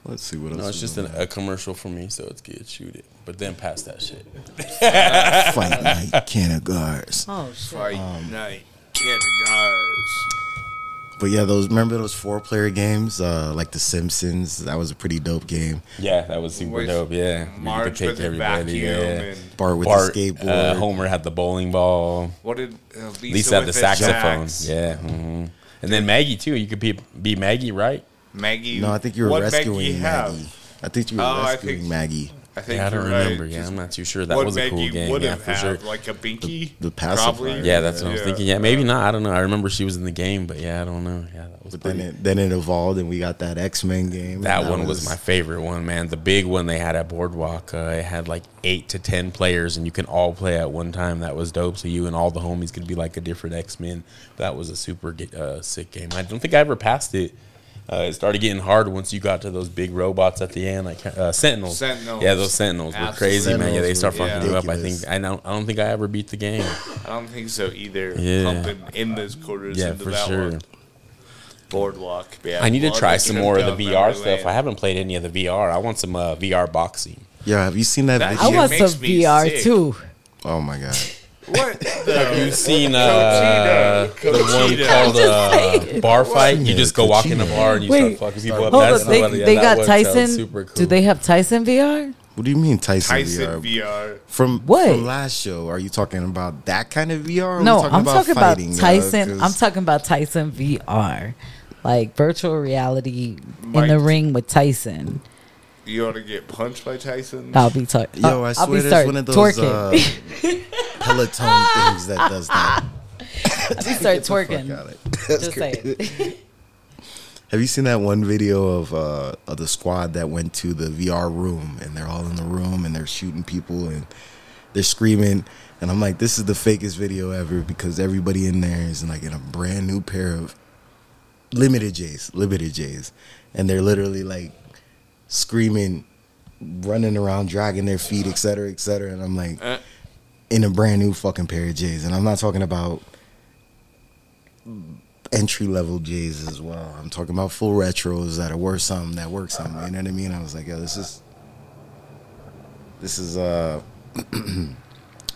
let's see what else.
No, it's
we
just
got.
an, a commercial for me, so it's good. Shoot it, but then pass that shit.
fight night can of guards.
Um,
Oh, shit.
Fight night. Get the guards.
But yeah, those remember those four player games, uh, like The Simpsons. That was a pretty dope game.
Yeah, that was super
With
dope. Yeah, We
Marge
could pick
with the
everybody,
vacuum
yeah.
and-
Bart with
Bart,
the skateboard.
uh, Homer had the bowling ball.
What did uh, Lisa,
Lisa had the
with
saxophone.
sax?
Yeah, hmm and then Maggie too. You could be be Maggie, right?
Maggie.
no, I think you were
what
rescuing
Maggie
Maggie.
have?
I think you were
Oh, I
rescuing
think-
Maggie.
I think
I don't
you're right.
remember. Yeah,
Just
I'm not too sure. That
what
was a cool
Maggie
game.
would
Yeah,
have
for
had,
sure.
like a binky.
the pacifier.
probably.
Yeah, that's what I was thinking. Yeah, maybe not. I don't know. I remember she was in the game, but yeah, I don't know. Yeah, that was.
But then
pretty-
it then it evolved, and we got that X Men game.
That, one was, my favorite one, man. The big one they had at Boardwalk. Uh, it had like eight to ten players, and you can all play at one time. That was dope. So you and all the homies could be like a different X Men. That was a super ge- uh, sick game. I don't think I ever passed it. Uh, it started getting hard once you got to those big robots at the end, like uh, Sentinels.
Sentinels.
Yeah, those Sentinels were
Absolute
crazy, man. Yeah, they
Sentinels
start
were
fucking you up. I
ridiculous.
think I don't. I don't think I ever beat the game.
I don't think so either.
Yeah.
Pumping in those quarters
yeah,
into
for
that
sure.
one. Boardwalk. Yeah,
I need to
love
try
that
some
trip
more of
down
the
memory
VR stuff.
lane.
I haven't played any of the VR. I want some uh, VR boxing.
Yeah, have you seen that,
That-
video?
I
Shit
want
makes
some
me
VR
sick.
too.
oh my god!
What? the-
You've seen uh,
Cochino.
the one
Cochino.
called
I'm just
uh, Bar Fight. You
Cochino,
just go walk in the
Cochino.
bar and you
Wait,
start fucking people up.
Hold
That's
up, they,
somebody- yeah,
they
that
got
one sounds
Tyson.
Super cool.
Do they have Tyson VR?
What do you mean Tyson,
Tyson
VR?
VR.
From
What?
from last show? Are you talking about that kind of VR? or are we
no, I'm talking about
fighting, uh,
Tyson. I'm
'cause-
talking about Tyson VR, like virtual reality in
Mike.
the ring with Tyson.
You want to get punched by Tyson?
I'll be talking.
Yo, I
I'll
swear
be
there's
start
one of those
twerking.
uh, Peloton things that does that.
I'll be start
Fuck
twerking.
outta here. That's
Just
crazy.
saying.
Have you seen that one video of uh, of the squad that went to the VR room and they're all in the room and they're shooting people and they're screaming and I'm like, this is the fakest video ever because everybody in there is in like in a brand new pair of limited J's, limited J's, and they're literally like screaming, running around, dragging their feet, et cetera, et cetera. And I'm like,
Uh.
in a brand new fucking pair of J's, and I'm not talking about entry level J's as well. I'm talking about full retros that are worth something, that work something. You know what I mean? I was like, yo, this is this is uh, a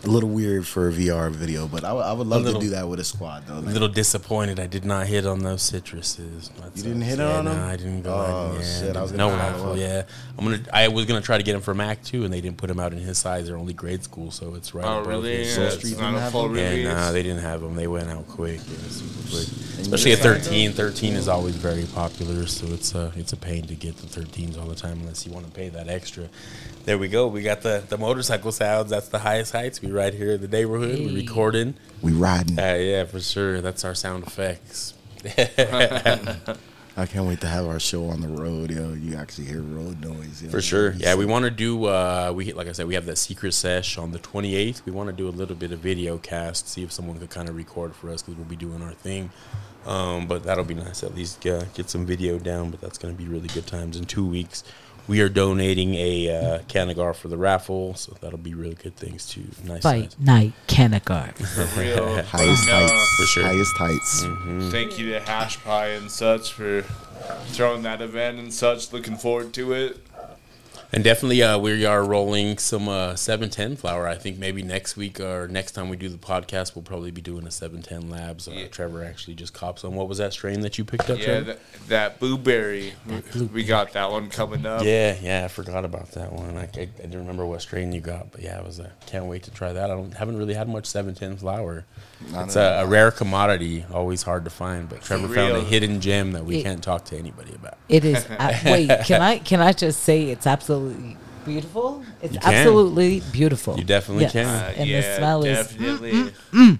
little weird for a VR video, but I would- I would love
little-
to do that with a squad though.
A
Like,
little disappointed. I did not hit on those citruses. That
You didn't
sucks.
hit
yeah,
on
no,
them?
I didn't go.
Oh,
yeah,
shit, I was
no,
gonna hire them up.
yeah. I'm gonna. I was gonna try to get him for Mac too, and they didn't put him out in his size. They're only grade school, so it's right.
Oh,
above
really?
his-
Yeah, it's
Street
not
didn't
a
have
full
them?
release.
Yeah, nah, uh, they didn't have them. They went out quick, yeah, super quick. Especially at 13. 13 is always very popular, so it's a it's a pain to get the 13s all the time unless you want to pay that extra. There we go. We got the the motorcycle sounds. That's the highest heights. We right here in the neighborhood. We recording.
we riding.
Uh, yeah, for sure. That's our sound effects.
I can't wait to have our show on the road, yo. You actually hear road noise. yo.
For sure. Yeah, we want to do. Uh, we like I said, we have that secret sesh on the 28th. We want to do a little bit of video cast, see if someone could kind of record for us because we'll be doing our thing. Um, but that'll be nice. At least uh, get some video down. But that's going to be really good times in two weeks. We are donating a uh, Canagar for the raffle, so that'll be really good things too. Nice, nice.
Fight night, Kanagar.
For real.
Highest
But no,
heights.
For sure. Mm.
Highest heights.
Thank you to Hash Pie and such for throwing that event and such. Looking forward to it.
And definitely, uh, we are rolling some uh, 710 flower. I think maybe next week or next time we do the podcast, we'll probably be doing a 710 labs. Uh,
Yeah.
Trevor actually just cops on. What was that strain that you picked up,
Yeah,
Trevor?
that, that blueberry. We got that one coming up.
yeah, yeah, I forgot about that one. I, I, I didn't remember what strain you got, but yeah, I was uh, can't wait to try that. I don't haven't really had much 710 flower. it's a, a rare commodity, always hard to find, but Trevor found a
real.
hidden gem that we
Yeah.
can't talk to anybody about.
It is. I, wait, can I can I just say it's absolutely beautiful? It's
You can.
absolutely beautiful.
You definitely can.
Uh,
And
yeah,
the smell is Mm-hmm.
definitely.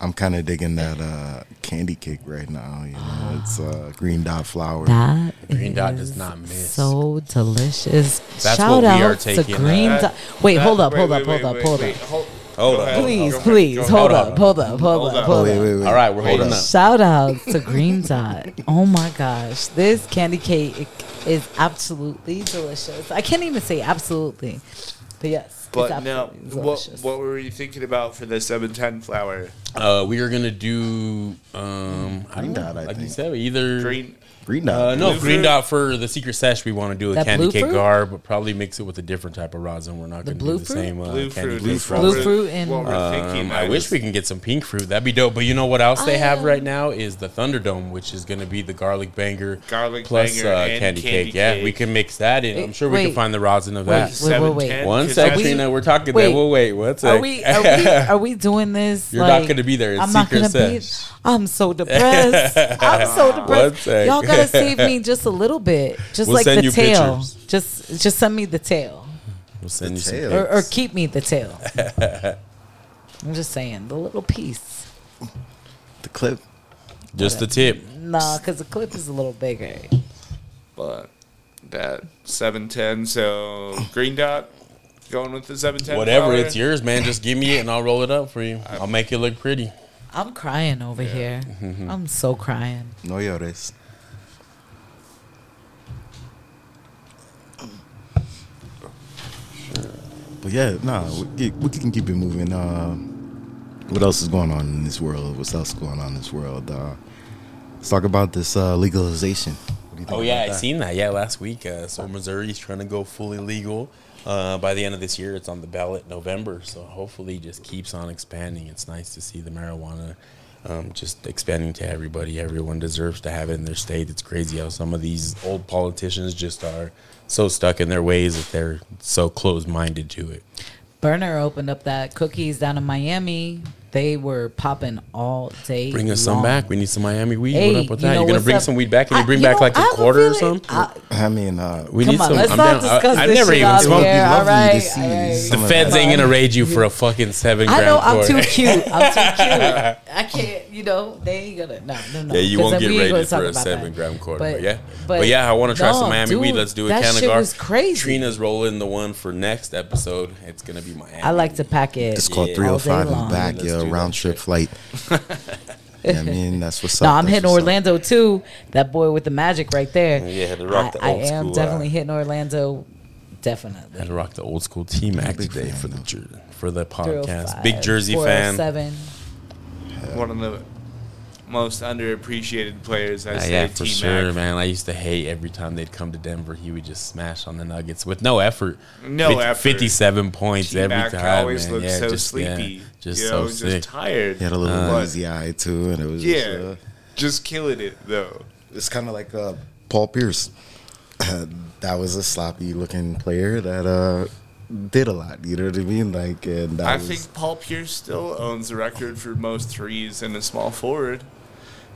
I'm kind of digging that uh, candy cake right now. You know, it's uh, green dot flower.
That
Green Dot does
is
not miss.
So delicious.
That's
Shout
what we
out
are
to
taking, uh,
Green
That-
Dot. Wait,
Uh, that-
hold up,
wait,
hold
wait,
up,
wait,
hold up,
wait,
hold
wait.
up.
Hold-
Hold
go
up.
ahead,
Please,
go ahead, go
please,
ahead.
hold
Hold
up,
up.
hold up, hold
Hold
up,
up.
Oh,
hold
wait,
up.
wait, wait.
All right, we're holding up.
Shout out to Green Dot. Oh my gosh, this candy cake is absolutely delicious. I can't even say absolutely, but yes, it's
But no,
absolutely
what,
delicious.
what were you thinking about for the 710 flower?
Uh, we are gonna do um, I
Green
don't know,
Dot, I
like you
think.
said, either
Green,
Green dot.
Uh, no, green dot for the secret sesh. We want to do a
That
candy
blue
cake
fruit?
gar, but probably mix it with a different type of rosin. We're not going to
blue
do the
fruit?
same uh,
Blue
candy
fruit.
cake.
is
fruit.
what
Blue
we're-
fruit and-
what we're thinking.
Um, I wish
just-
we can get some pink fruit. That'd be dope. But you know what else they
Oh.
have right now is the Thunderdome, which is going to be the garlic banger,
Garlic
plus
banger
uh,
and
candy, cake.
candy
Yeah,
cake.
we can mix that in. I'm
Wait,
sure we can
wait.
find the rosin of that.
Wait, wait, wait, wait.
710,
One
because that's-
second, now we're talking.
wait.
Wait, we'll wait. What's
Are we, are we are we doing this?
You're not gonna be there. It's secret
gonna
sesh.
I'm so depressed. I'm so
One
depressed.
sec.
Y'all gotta save me just a little bit. Just
We'll
like
send
the
you
tail.
pictures.
Just just send me the tail,
We'll send you some.
Tail.
or, or keep me the tail. I'm just saying the little piece.
the clip.
Just the tip.
Nah, because the clip is a little bigger.
but that seven ten. So green dot, going with the seven ten.
Whatever, it's yours, man. Just give me it and I'll roll it up for you. I'll make it look pretty.
I'm crying over here.
Mm-hmm.
I'm so crying.
No llores. But yeah, nah, we, we can keep it moving. Uh, what else is going on in this world? What's else going on in this world? Uh, let's talk about this uh, legalization. What do you think
Oh yeah,
about
I
that?
seen that. Yeah, last week. Uh, so Missouri's trying to go fully legal uh, by the end of this year. It's on the ballot November. So hopefully, it just keeps on expanding. It's nice to see the marijuana um, just expanding to everybody. Everyone deserves to have it in their state. It's crazy how some of these old politicians just are so stuck in their ways that they're so closed-minded to it.
Burner opened up that cookies down in Miami. They were popping all day.
Bring us some
long.
back. We need some Miami weed.
Hey,
what up with
you
that?
know
You're gonna
what's
bring
up?
some weed back? Can
I-
you bring
you
back
know,
like
I
a
have a
quarter or
feeling-
something?
I-
I mean, uh,
we
Come
need
on,
some.
let's
I'm
not
down. I,
discuss
I've
this
never
shit
even
out
it would
smoked.
be
Yeah,
lovely
alright,
to see
alright.
The
some of
feds
that.
ain't gonna raid you for a fucking seven grand.
I know I'm
for
too
it.
cute. I'm too cute. I can't, you know, they ain't gonna no, no, no.
Yeah, you
'Cause
won't
then
get
we ain't
rated
gonna
for
talk
a
about
seven
that.
gram quarter. But, yeah, but, yeah, I want to try
no,
some Miami weed.
dude,
Let's do a
that
can of
shit
gar.
was crazy.
Trina's rolling the one for next episode. It's gonna be Miami.
I like to pack it.
It's called
Yeah.
all
305
day long.
and back,
Let's
yo.
do that
Round trip
shit.
flight. yeah, I mean, that's what's
No,
up.
I'm
that's
hitting
what's up.
Orlando too. That boy with the magic right there.
Yeah, had to rock the
I, I
old
am
school,
definitely
uh,
hitting Orlando. Definitely.
Had to rock the old school T Mac
Big
today
fan,
for the
though.
jer- for the
305,
podcast. Big Jersey fan.
407.
one of the most underappreciated players. I
Uh,
say
yeah, for
T-Mac.
sure, man. I used to hate every time they'd come to Denver. He would just smash on the Nuggets with no effort.
No effort.
Fifty-seven points
T-Mac
every time.
always
man.
looks
yeah,
so
just, yeah,
sleepy.
just
you
so
know,
sick.
just tired.
He had a little
Uh,
But,
lazy eye, too, and it was
yeah,
just. Uh,
just killing it though.
It's kind of like uh, Paul Pierce. that was a sloppy looking player that uh, did a lot. You know what I mean? Like, and that
I
was,
think Paul Pierce still owns the record for most threes in a small forward,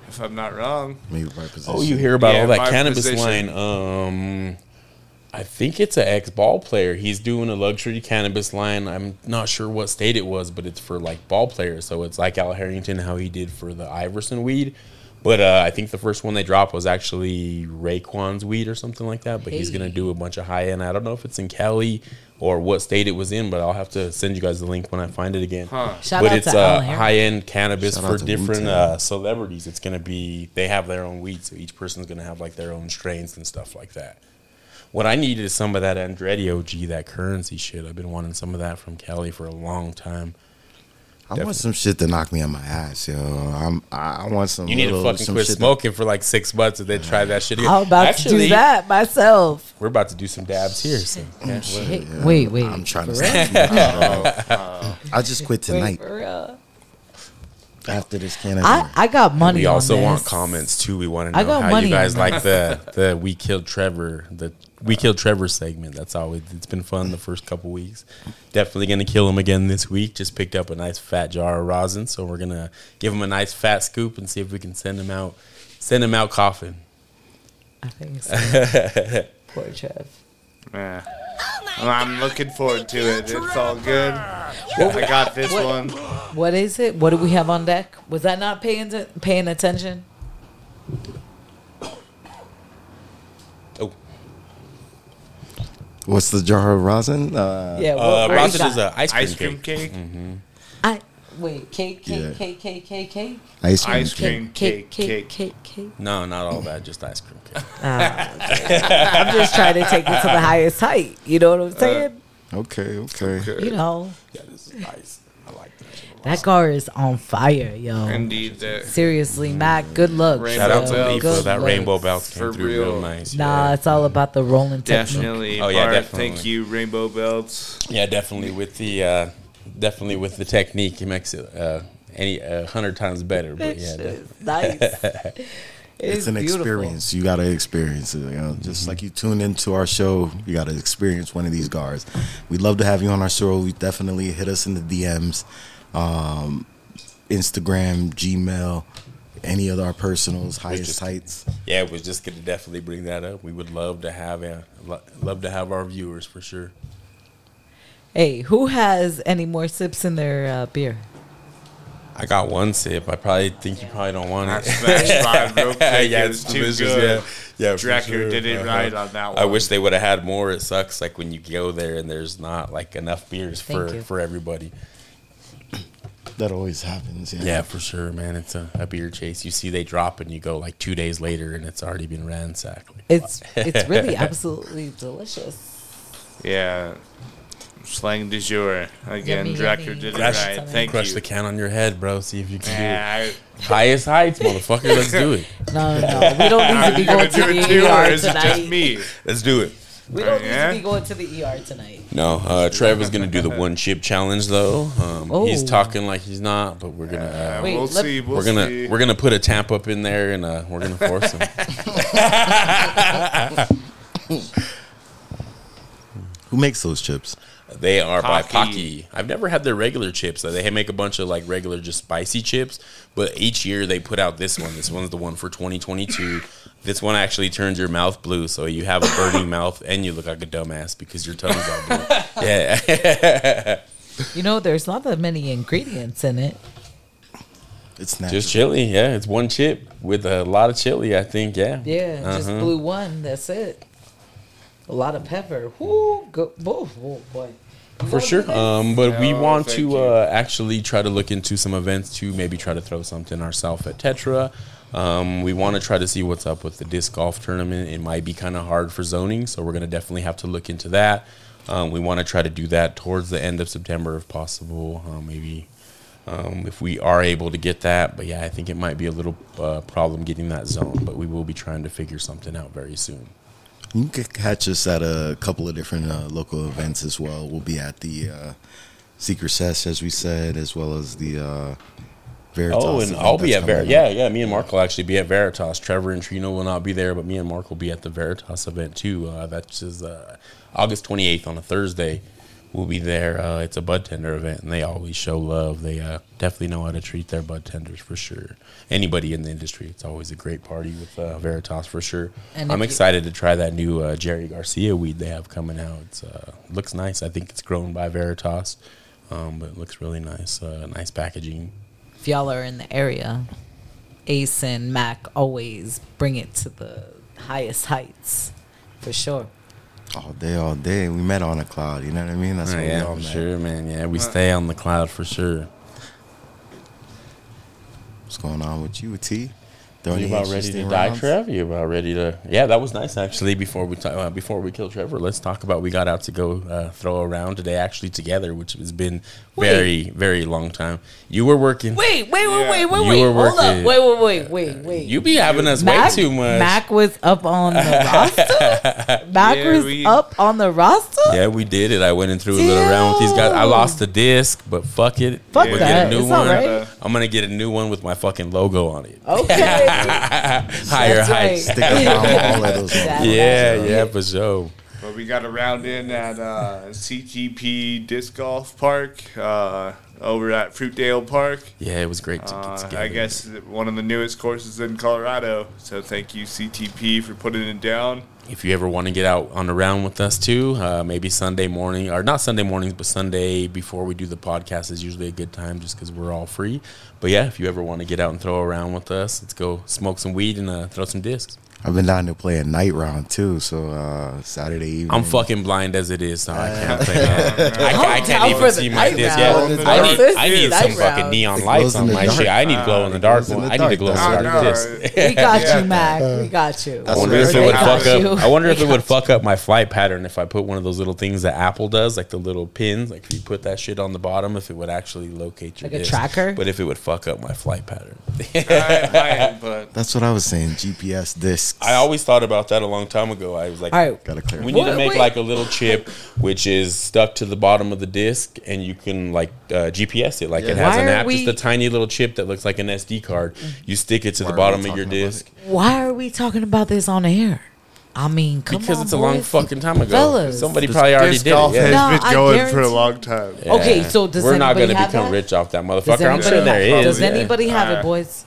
if I'm not wrong.
maybe by position.
Oh, you hear about
Yeah,
all that
my
cannabis
position.
line. Um, I think it's an ex ball player. He's doing a luxury cannabis line. I'm not sure what state it was, but it's for like ball players. So it's like Al Harrington, how he did for the Iverson weed. But uh, I think the first one they dropped was actually Raekwon's weed or something like that. But he's
Hey.
going to do a bunch of high end. I don't know if it's in Cali or what state it was in, but I'll have to send you guys the link when I find it again
Huh.
Shout
but
out
it's
to
uh,
Al Harrington.
high end cannabis
Shout out
for
to
different
Wu-Tang.
uh, celebrities. It's gonna be they have their own weed, so each person's gonna have like their own strains and stuff like that. What I need is some of that Andretti OG, that currency shit. I've been wanting some of that from Cali for a long time.
I want some shit to knock me on my ass, yo. I'm, I I want some.
You need to
little-
fucking
some
quit
shit that-
smoking for like six months and then try that shit again.
I'm about to do that myself.
We're about to do some dabs here. So. yeah, whatever.
Hey, wait, wait.
I'm trying to
For
stop
real?
smoking, bro. I just quit
Wait,
tonight
for real.
after this can of
I, I got money.
We
on
also
this.
want comments too. We want
I
to know
got
how
money
you
on
guys
this.
like the the we killed Trevor the we killed Trevor segment. That's always it's been fun the first couple weeks. Definitely gonna kill him again this week. Just picked up a nice fat jar of rosin, so we're gonna give him a nice fat scoop and see if we can send him out send him out coughing.
I think so. Poor Trev.
Yeah. I'm looking forward to it. It's all good. I got this one.
What is it? What do we have on deck? Was I not paying t- paying attention?
Oh,
What's the jar of rosin? Uh,
Yeah. What,
uh,
what we
rosin is
got?
a ice cream,
Ice cream
cake.
cake.
I wait. Cake, cake,
Yeah.
cake, cake, cake, cake,
ice cream.
Ice cream.
cake, cake,
cake,
cake, cake, cake.
No, not all that. Just ice cream cake.
Ah, okay. I'm just trying to take it
Uh,
to the highest height. You know what I'm saying?
Okay, okay.
you know,
yeah, this is ice.
I like that.
That car is on fire, yo.
Indeed, the
Seriously, Mac, good luck.
Rainbow
Shout out to
Rainbow
Leaf
bells.
for that rainbow bounce
For
came through real,
real.
nice.
Nah,
yeah.
it's all about the rolling technique.
definitely.
Oh, yeah,
Barb,
definitely.
Thank you, Rainbow Belts.
yeah, definitely with the uh, definitely with the technique, he makes it uh, any a hundred times better. But yeah, def-
Nice.
It's an experience. You got to experience it. You know? Just like you tune into our show, you got to experience one of these cars. We'd love to have you on our show. We definitely hit us in the DMs, um, Instagram, Gmail, any of our personals, highest
just-
heights.
yeah, we're just gonna definitely bring that up. We would love to have a, lo- love to have our viewers for sure.
Hey, who has any more sips in their uh, beer?
I got one sip. I probably think you probably don't want
That
it.
smash five real quick.
yeah,
it
it's
was too
delicious.
good.
Yeah, yeah. for uh-huh.
Drecker did it right on that
I
one.
wish they would have had more. It sucks, like when you go there and there's not like enough beers
Thank
for
you.
for everybody.
That always happens. Yeah.
Yeah, for sure, man. It's a, a beer chase. You see, they drop and you go like two days later, and it's already been ransacked.
It's it's really absolutely delicious.
Yeah. Slang du jour. Again,
Yummy,
Drecker
yummy.
did it
Crush-
right. Thank
Crush
you.
the can on your head, bro. See if you can
Yeah, I-
do it. Highest heights, motherfucker. Let's do it.
No, no, no. We don't need to be
You gonna
going to
do it
the
too, or
ER
is it just
tonight.
me?
Let's do it.
We don't need to
Yeah?
be going to the ER tonight.
No, uh, Trev is gonna do the one chip challenge though. Um, He's
Oh.
talking like he's not, but we're gonna. Uh,
Uh,
Wait,
we'll
let-
see. We'll
we're gonna
see.
we're gonna put a tamp up in there and uh, we're gonna force him.
Who makes those chips?
They are by
Pocky.
Pocky. I've never had their regular chips. They make a bunch of like regular, just spicy chips, but each year they put out this one. This one's the one for 2022. This one actually turns your mouth blue, so you have a burning mouth and you look like a dumbass because your tongue's all blue. Yeah,
You know, there's not that many ingredients in it.
It's natural.
just chili. Yeah, it's one chip with a lot of chili. I think. Yeah.
Yeah, just
Uh-huh.
blue one. That's it. A lot of pepper. Whoo, go, whoa, whoa, boy. You
For
gonna
sure.
do this?
Um, but we
Oh,
want
thank
to
you.
uh, actually try to look into some events to maybe try to throw something ourselves at Tetra. Um, we want to try to see what's up with the disc golf tournament. It might be kind of hard for zoning, so we're going to definitely have to look into that. Um, we want to try to do that towards the end of September if possible, um, maybe um, if we are able to get that. But yeah, I think it might be a little uh, problem getting that zone, but we will be trying to figure something out very soon.
You can catch us at a couple of different uh, local events as well. We'll be at the uh, Secret Sesh, as we said, as well as the uh, Veritas.
Oh, and
event
I'll be
that's
at Ver.
coming
Yeah,
up.
yeah. Me and Mark will actually be at Veritas. Trevor and Trino will not be there, but me and Mark will be at the Veritas event too. Uh, that's is uh, August 28th on a Thursday. We'll be there. Uh, it's a bud tender event, and they always show love. They uh, definitely know how to treat their bud tenders for sure. Anybody in the industry, it's always a great party with uh, Veritas for sure.
And if
I'm
you-
excited to try that new uh, Jerry Garcia weed they have coming out. It's uh, looks nice. I think it's grown by Veritas, um, but it looks really nice. Uh, nice packaging.
If y'all are in the area, Ace and Mac always bring it to the highest heights, for sure.
all day, all day. We met on a cloud. You know what I mean? That's
Oh,
what we
yeah,
all
for
met.
sure, man. Yeah, we stay on the cloud for sure.
What's going on with you, T? Throwing
You
any
about ready to
interesting
die,
rounds?
Trev? You about ready to? Yeah, that was nice actually. Before we talk, uh, before we kill Trevor, let's talk about we got out to go uh, throw a round today actually together, which has been
Wait.
very very long time. You were working.
Wait, wait, wait,
Yeah.
wait, wait,
You
wait.
were
Hold up.
working.
Wait, wait, wait, wait, wait.
You be having us
Mac,
way too much.
Mac was up on the roster. Mac
Yeah,
was
we-
up on the roster.
Yeah, we did it. I went and threw a little round with these guys. I lost the disc, but fuck it.
Fuck
We'll
that.
Get a new
It's
one.
alright.
I'm gonna get a new one with my fucking logo on it.
Okay.
Higher
That's
heights.
right.
Stick around all of those.
Exactly.
Yeah, yeah, for sure.
But we got a round in at uh, CGP Disc Golf Park uh, over at Fruitdale Park.
Yeah, it was great to get
Uh,
together.
I guess one of the newest courses in Colorado. So thank you, CTP, for putting it down.
if you ever want to get out on a round with us too, uh, maybe Sunday morning or not Sunday mornings, but Sunday before we do the podcast is usually a good time just because we're all free. But yeah, if you ever want to get out and throw around with us, let's go smoke some weed and uh, throw some discs.
I've been down there playing night round too. So uh, Saturday evening.
I'm fucking blind as it is, so I can't play. I, I
Out
can't
for
even
the
see my
night
disc.
round.
Yeah, I need, I
This is
need some
night
fucking
round.
neon
It
lights
glows in
on
the
my
dark.
shit. I need glow in the
It
dark
glows in
one.
the
I need a
dark.
glow in
That's
the
what
dark
it
disc.
is.
We got you, Mac. We got you.
I
That's
wonder
what
if it
they
would
got
fuck up.
you.
I wonder if it would fuck up my flight pattern if I put one of those little things that Apple does, like the little pins. Like if you put that shit on the bottom, if it would actually locate your
Like a
disc.
tracker?
But if it would fuck up my flight pattern,
but
That's what I was saying. GPS discs.
I always thought about that a long time ago. I was like,
All right.
gotta clear.
we
it.
need
What-
to make
wait.
like a little chip which is stuck to the bottom of the disc, and you can like uh, GPS it. Like it has
Why
an
are
app,
we-
just a tiny little chip that looks like an SD card. You stick it to
Why
the
are we
bottom of
talking
your
about
disc.
Why are we talking about this on air? I mean, come
Because
on,
it's a long
boys.
fucking time ago.
Fellas.
Somebody probably already
disc
did it.
golf
yeah.
has
No,
been
I
going for a
guarantee-
long time.
Okay, so does
We're not
anybody
gonna
have
become
that?
rich off that
Does
motherfucker. I'm
anybody,
sure
have,
there is.
does
yeah.
anybody have
Uh,
it, boys?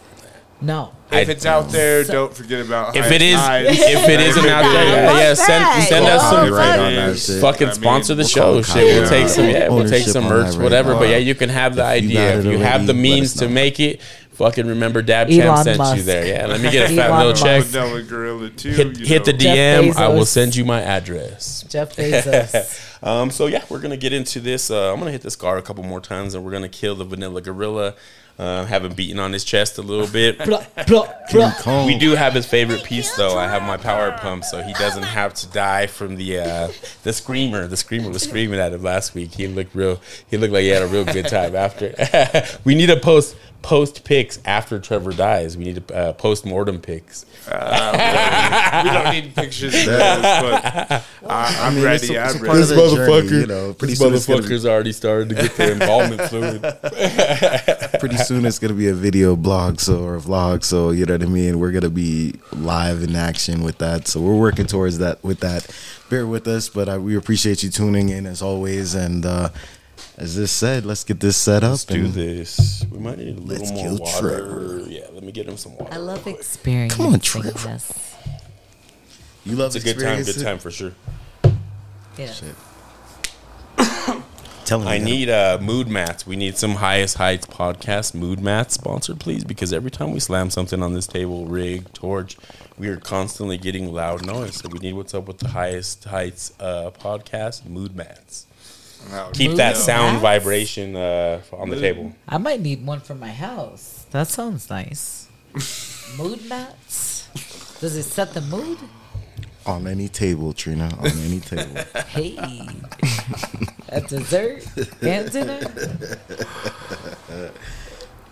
No.
If
I-
it's out there, don't forget about
If
high
it is,
tides.
if it isn't out there, yeah,
Fuck
yeah send
that.
send us
Yeah.
some.
Copyright on
Yeah.
that shit.
Fucking
I mean,
sponsor the
we'll
show.
call
Shit, we'll
copyright.
take some. Yeah, we'll take
Ownership
some
on
merch,
that right
whatever.
now.
But yeah, you can have the
If you
idea
got
if
it
you have
already,
the
let
means
us
to
know.
make it. Fucking remember, Dab Champ
Elon
sent you
Musk.
there. Yeah, let me get a fat
Elon
little
Musk.
check.
With Della Gorilla too,
Hit,
you
hit the
know.
DM. I will
Bezos.
send you my address.
Jeff Bezos.
Um, so yeah, we're gonna get into this. Uh, I'm gonna hit this guard a couple more times, and we're gonna kill the vanilla gorilla. Uh, have him beaten on his chest a little bit.
Blah, blah, blah.
Cone.
we do have his favorite piece though. I have my power pump, so he doesn't have to die from the uh, the screamer. The screamer was screaming at him last week. He looked real. He looked like he had a real good time after. we need to post post pics after Trevor dies. We need to uh, post mortem pics.
We don't need pictures of those, but I, I'm
mean,
ready.
it's a- it's
I'm
a part of
ready.
This
Another
motherfucker,
journey, you know, pretty
this
soon it's gonna be-
motherfucker's already started to get their involvement fluid.
pretty soon it's gonna be a video blog so or a vlog so you know what i mean we're gonna be live in action with that so we're working towards that with that bear with us but uh, we appreciate you tuning in as always and uh as this said let's get this set up
do
and
this. We might need a little
Mm-hmm. Let's
more
kill
water.
Trevor.
Yeah, let me get him some water.
I love
it.
experiencing
Come on, Trevor.
this.
you love
It's a good time. Good
experiences?
time for sure.
Yeah.
tell him
I
you gotta-
need uh, mood mats. We need some highest heights podcast mood mats sponsored, please, because every time we slam something on this table, rig, torch, we are constantly getting loud noise. So we need what's up with the highest heights uh, podcast mood mats.
Oh,
Keep
Mood
that sound
mats?
vibration uh, on the table.
I might need one for my house. That sounds nice. mood mats? Does it set the mood?
on any table trina on any table
Hey. At dessert and dinner?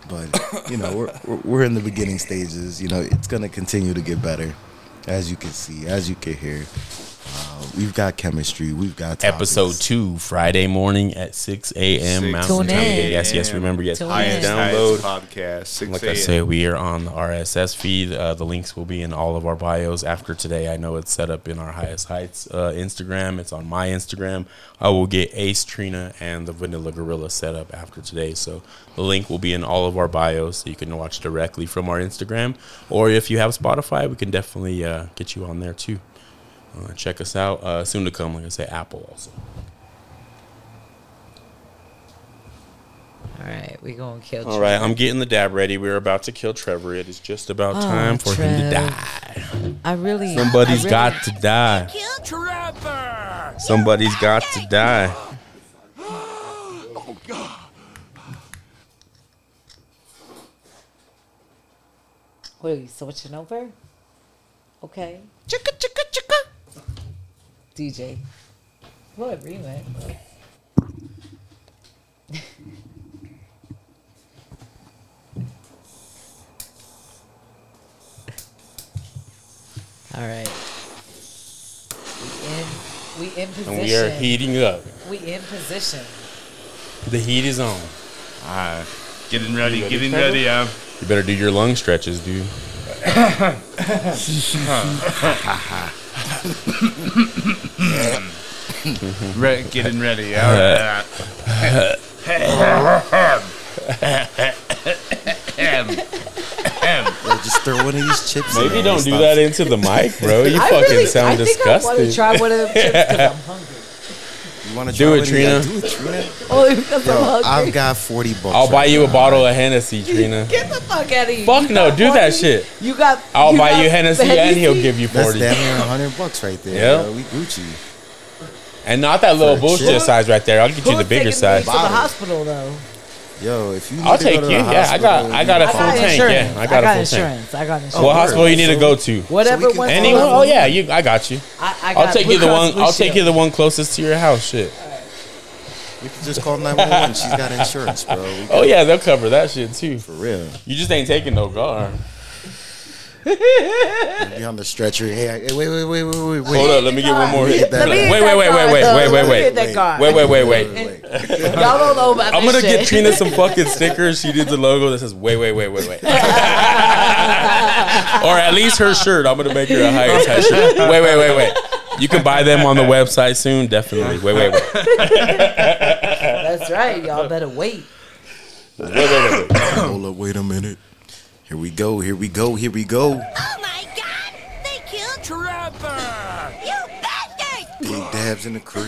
but you know we're, we're we're in the beginning stages you know it's gonna continue to get better as you can see as you can hear uh, we've got chemistry we've got topics.
Episode two, Friday morning at six a.m.
Six
Mountain
Tune
Time.
in.
Yes, yes. Remember, yes.
Tune
please
in.
Highest
Download.
Tides podcast. 6
Like I
a.m.
say, we are on the RSS feed. Uh, the links will be in all of our bios after today. I know it's set up in our Highest Heights uh, Instagram. It's on my Instagram. I will get Ace Trina and the Vanilla Gorilla set up after today. So the link will be in all of our bios, so you can watch directly from our Instagram. Or if you have Spotify, we can definitely uh, get you on there too. Uh, check us out. Uh, soon to come, like I say, Apple also.
All right, we going to kill
All right, I'm getting the dab ready. We're about to kill Trevor. It is just about
Oh,
time for him to
Trev.
die.
I really.
Somebody's
I really-
got to die. Somebody's got to die.
Wait, you switching over? Okay. Chicka, chicka, chicka. DJ. What a remix. All right. We in, we in position.
And we are heating up.
We in position.
The heat is on.
Uh, getting ready,
ready,
getting
Trevor?
ready. Um,
You better do your lung stretches, dude.
re- getting
Uh,
ready. All right.
Yo, just throw one of these chips in
Maybe
there
don't
and
do
stop
that into the mic, bro. You
I
fucking
really,
sound
I think I want
disgusted.
to try one of them chips because I'm hungry.
You want to
Do it, Trina.
Do it, Trina.
Only because
Yo,
I'm hungry.
I've got 40 bucks.
I'll buy
right
you a
now.
bottle of Hennessy, Trina.
Get the fuck out of here.
Fuck
You
no,
got
do that
40?
shit.
You got.
I'll
you
buy
got
you Hennessy and he'll give you
That's
40.
damn near 100 bucks right there.
Yeah.
yo. We Gucci.
And not that little
For
bullshit
sure.
size right there. I'll get you
Who's
the bigger
taking
size.
me To the
Bottle.
hospital though.
Yo, if you need
I'll
to
take
go to
you.
the
Yeah, I got-
hospital,
I
you
got a
know,
I
full
got
tank,
insurance.
yeah, I got a full tank.
insurance. I got insurance.
Oh,
What
word.
hospital you need to
So-
go to?
Whatever.
So we can
one
call
Anyone?
Hold on,
Oh yeah, you. I got you.
I, I got
I'll take
Blue
you the
Cross
one.
Blue
I'll take
Shield.
you the one closest to your house. Shit.
we can just call 911. She's got insurance, bro. We
Oh yeah, they'll cover that shit too.
For real.
You just ain't taking no guard.
Be on the stretcher. Hey, hey, wait, wait, wait, wait, wait, wait.
Hold up, let me get one more hit.
Let
Wait,
me
wait,
hit
wait, wait, wait, wait, wait, wait,
that guard.
wait, wait, wait, wait.
Y'all don't know about
I'm
this
gonna
shit.
get Trina some fucking stickers. She needs a logo that says "Wait, wait, wait, wait, wait," or at least her shirt. I'm gonna make her a higher tech shirt. Wait, wait, wait, wait. You can buy them on the website soon, definitely. Wait, wait, wait, wait,
That's right. Y'all better wait.
wait, wait, wait.
Hold up, wait a minute. Here we go, here we go, here we go.
Oh my god! They killed Trapper! You bastards!
Big dabs in the crib.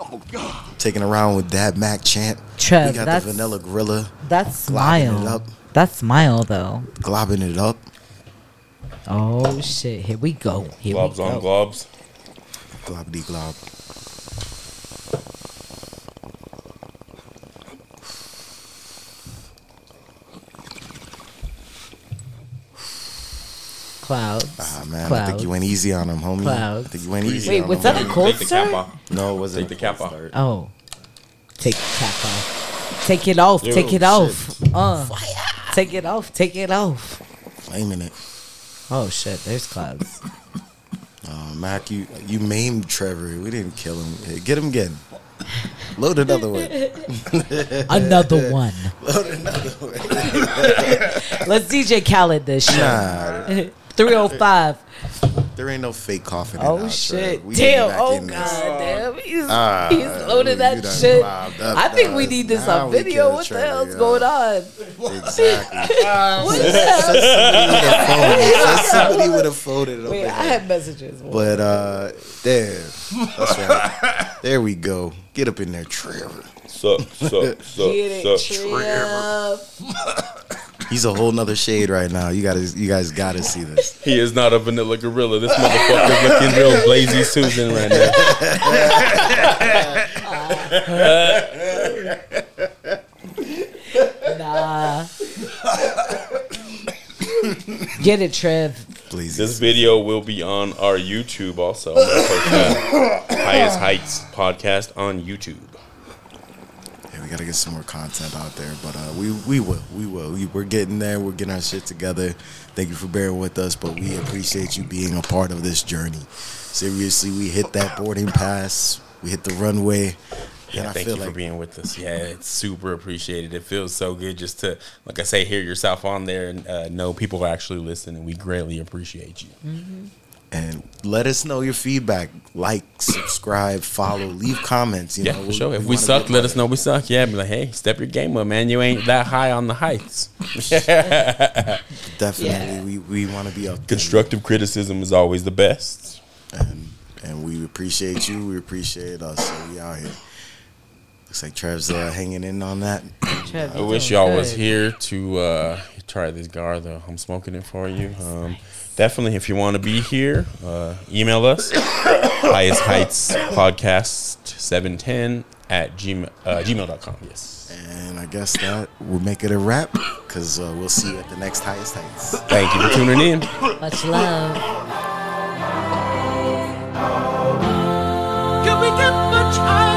Oh god. Taking around with Dab Mac Champ.
Trev,
we got
that's-
the vanilla gorilla
That's
Globbing it
mild.
up.
That's mild though.
globbing it up.
Oh shit! Here we go. Here
Globs
we go.
on globs.
Globbity glob.
Clouds.
Ah man, I
Clouds.
think you went easy on him, homie.
Clouds.
I think you went easy
Wait,
on
was
him.
that a cold
Take the cap
start?
off.
No, it wasn't.
Take
a
the cap
cold
off.
start.
Oh, take the cap off. Take it off. take it off. Uh, take it off. Take it off.
Flaming it.
Oh shit! There's clouds.
Oh, Mac, you you maimed Trevor. We didn't kill him. Hey, Get him again. Load another one.
Another one.
Load another one.
Let's DJ Khaled this shit.
Nah,
305.
there ain't no fake coughing. in
Oh
our
shit!
Trevor. We getting
damn!
back
Oh
in
god!
this.
Damn! He's,
Ah,
he's loaded
you
that
done
shit.
lobbed up,
I think we
dog.
need this
Now
on
we uh,
video.
killed
What the
Trevor,
hell's
yo.
going on?
Exactly.
What the hell?
Phone. Somebody would have folded it
Wait, I
up.
have messages.
But uh, there. That's right. There we go. Get up in there, Trevor.
Suck, suck,
Get
suck,
it,
suck.
Trev.
He's a whole nother shade right now. You gotta, you guys gotta see this.
He is not a vanilla gorilla. This motherfucker looking real lazy Susan right now.
Nah. Get it, Trev.
Please.
This video will be on our YouTube also. I'm gonna post that. Highest Heights podcast on YouTube.
Yeah, we gotta get some more content out there, but uh, we we will, we will. We, we're getting there. We're getting our shit together. Thank you for bearing with us, but we appreciate you being a part of this journey. Seriously, we hit that boarding pass. We hit the runway.
Yeah,
and I
thank
feel
you for
like
being with us. Yeah, it's super appreciated. It feels so good just to, like I say, hear yourself on there and uh, know people are actually listening. We greatly appreciate you.
and let us know your feedback. Like, subscribe, follow, leave comments. You
Yeah,
know,
for sure. If we,
wanna
suck,
get
let us know we suck. Yeah, be like, hey, step your game up, man. You ain't that high on the heights.
better. Definitely,
Yeah.
we, we want to be up there.
Constructive criticism is always the best.
and and we appreciate you. We appreciate us. So we out here. Looks like Trev's uh, hanging in on that.
Trev
I wish y'all was here to uh, try this gar though. I'm smoking it for you. Um, definitely, if you want to be here, uh, email us highest heights podcast seven ten at gmail uh, gmail.com. Yes,
And I guess that will make it a wrap because uh, we'll see you at the next highest heights.
thank you for tuning in.
Much love.
Can we get much higher?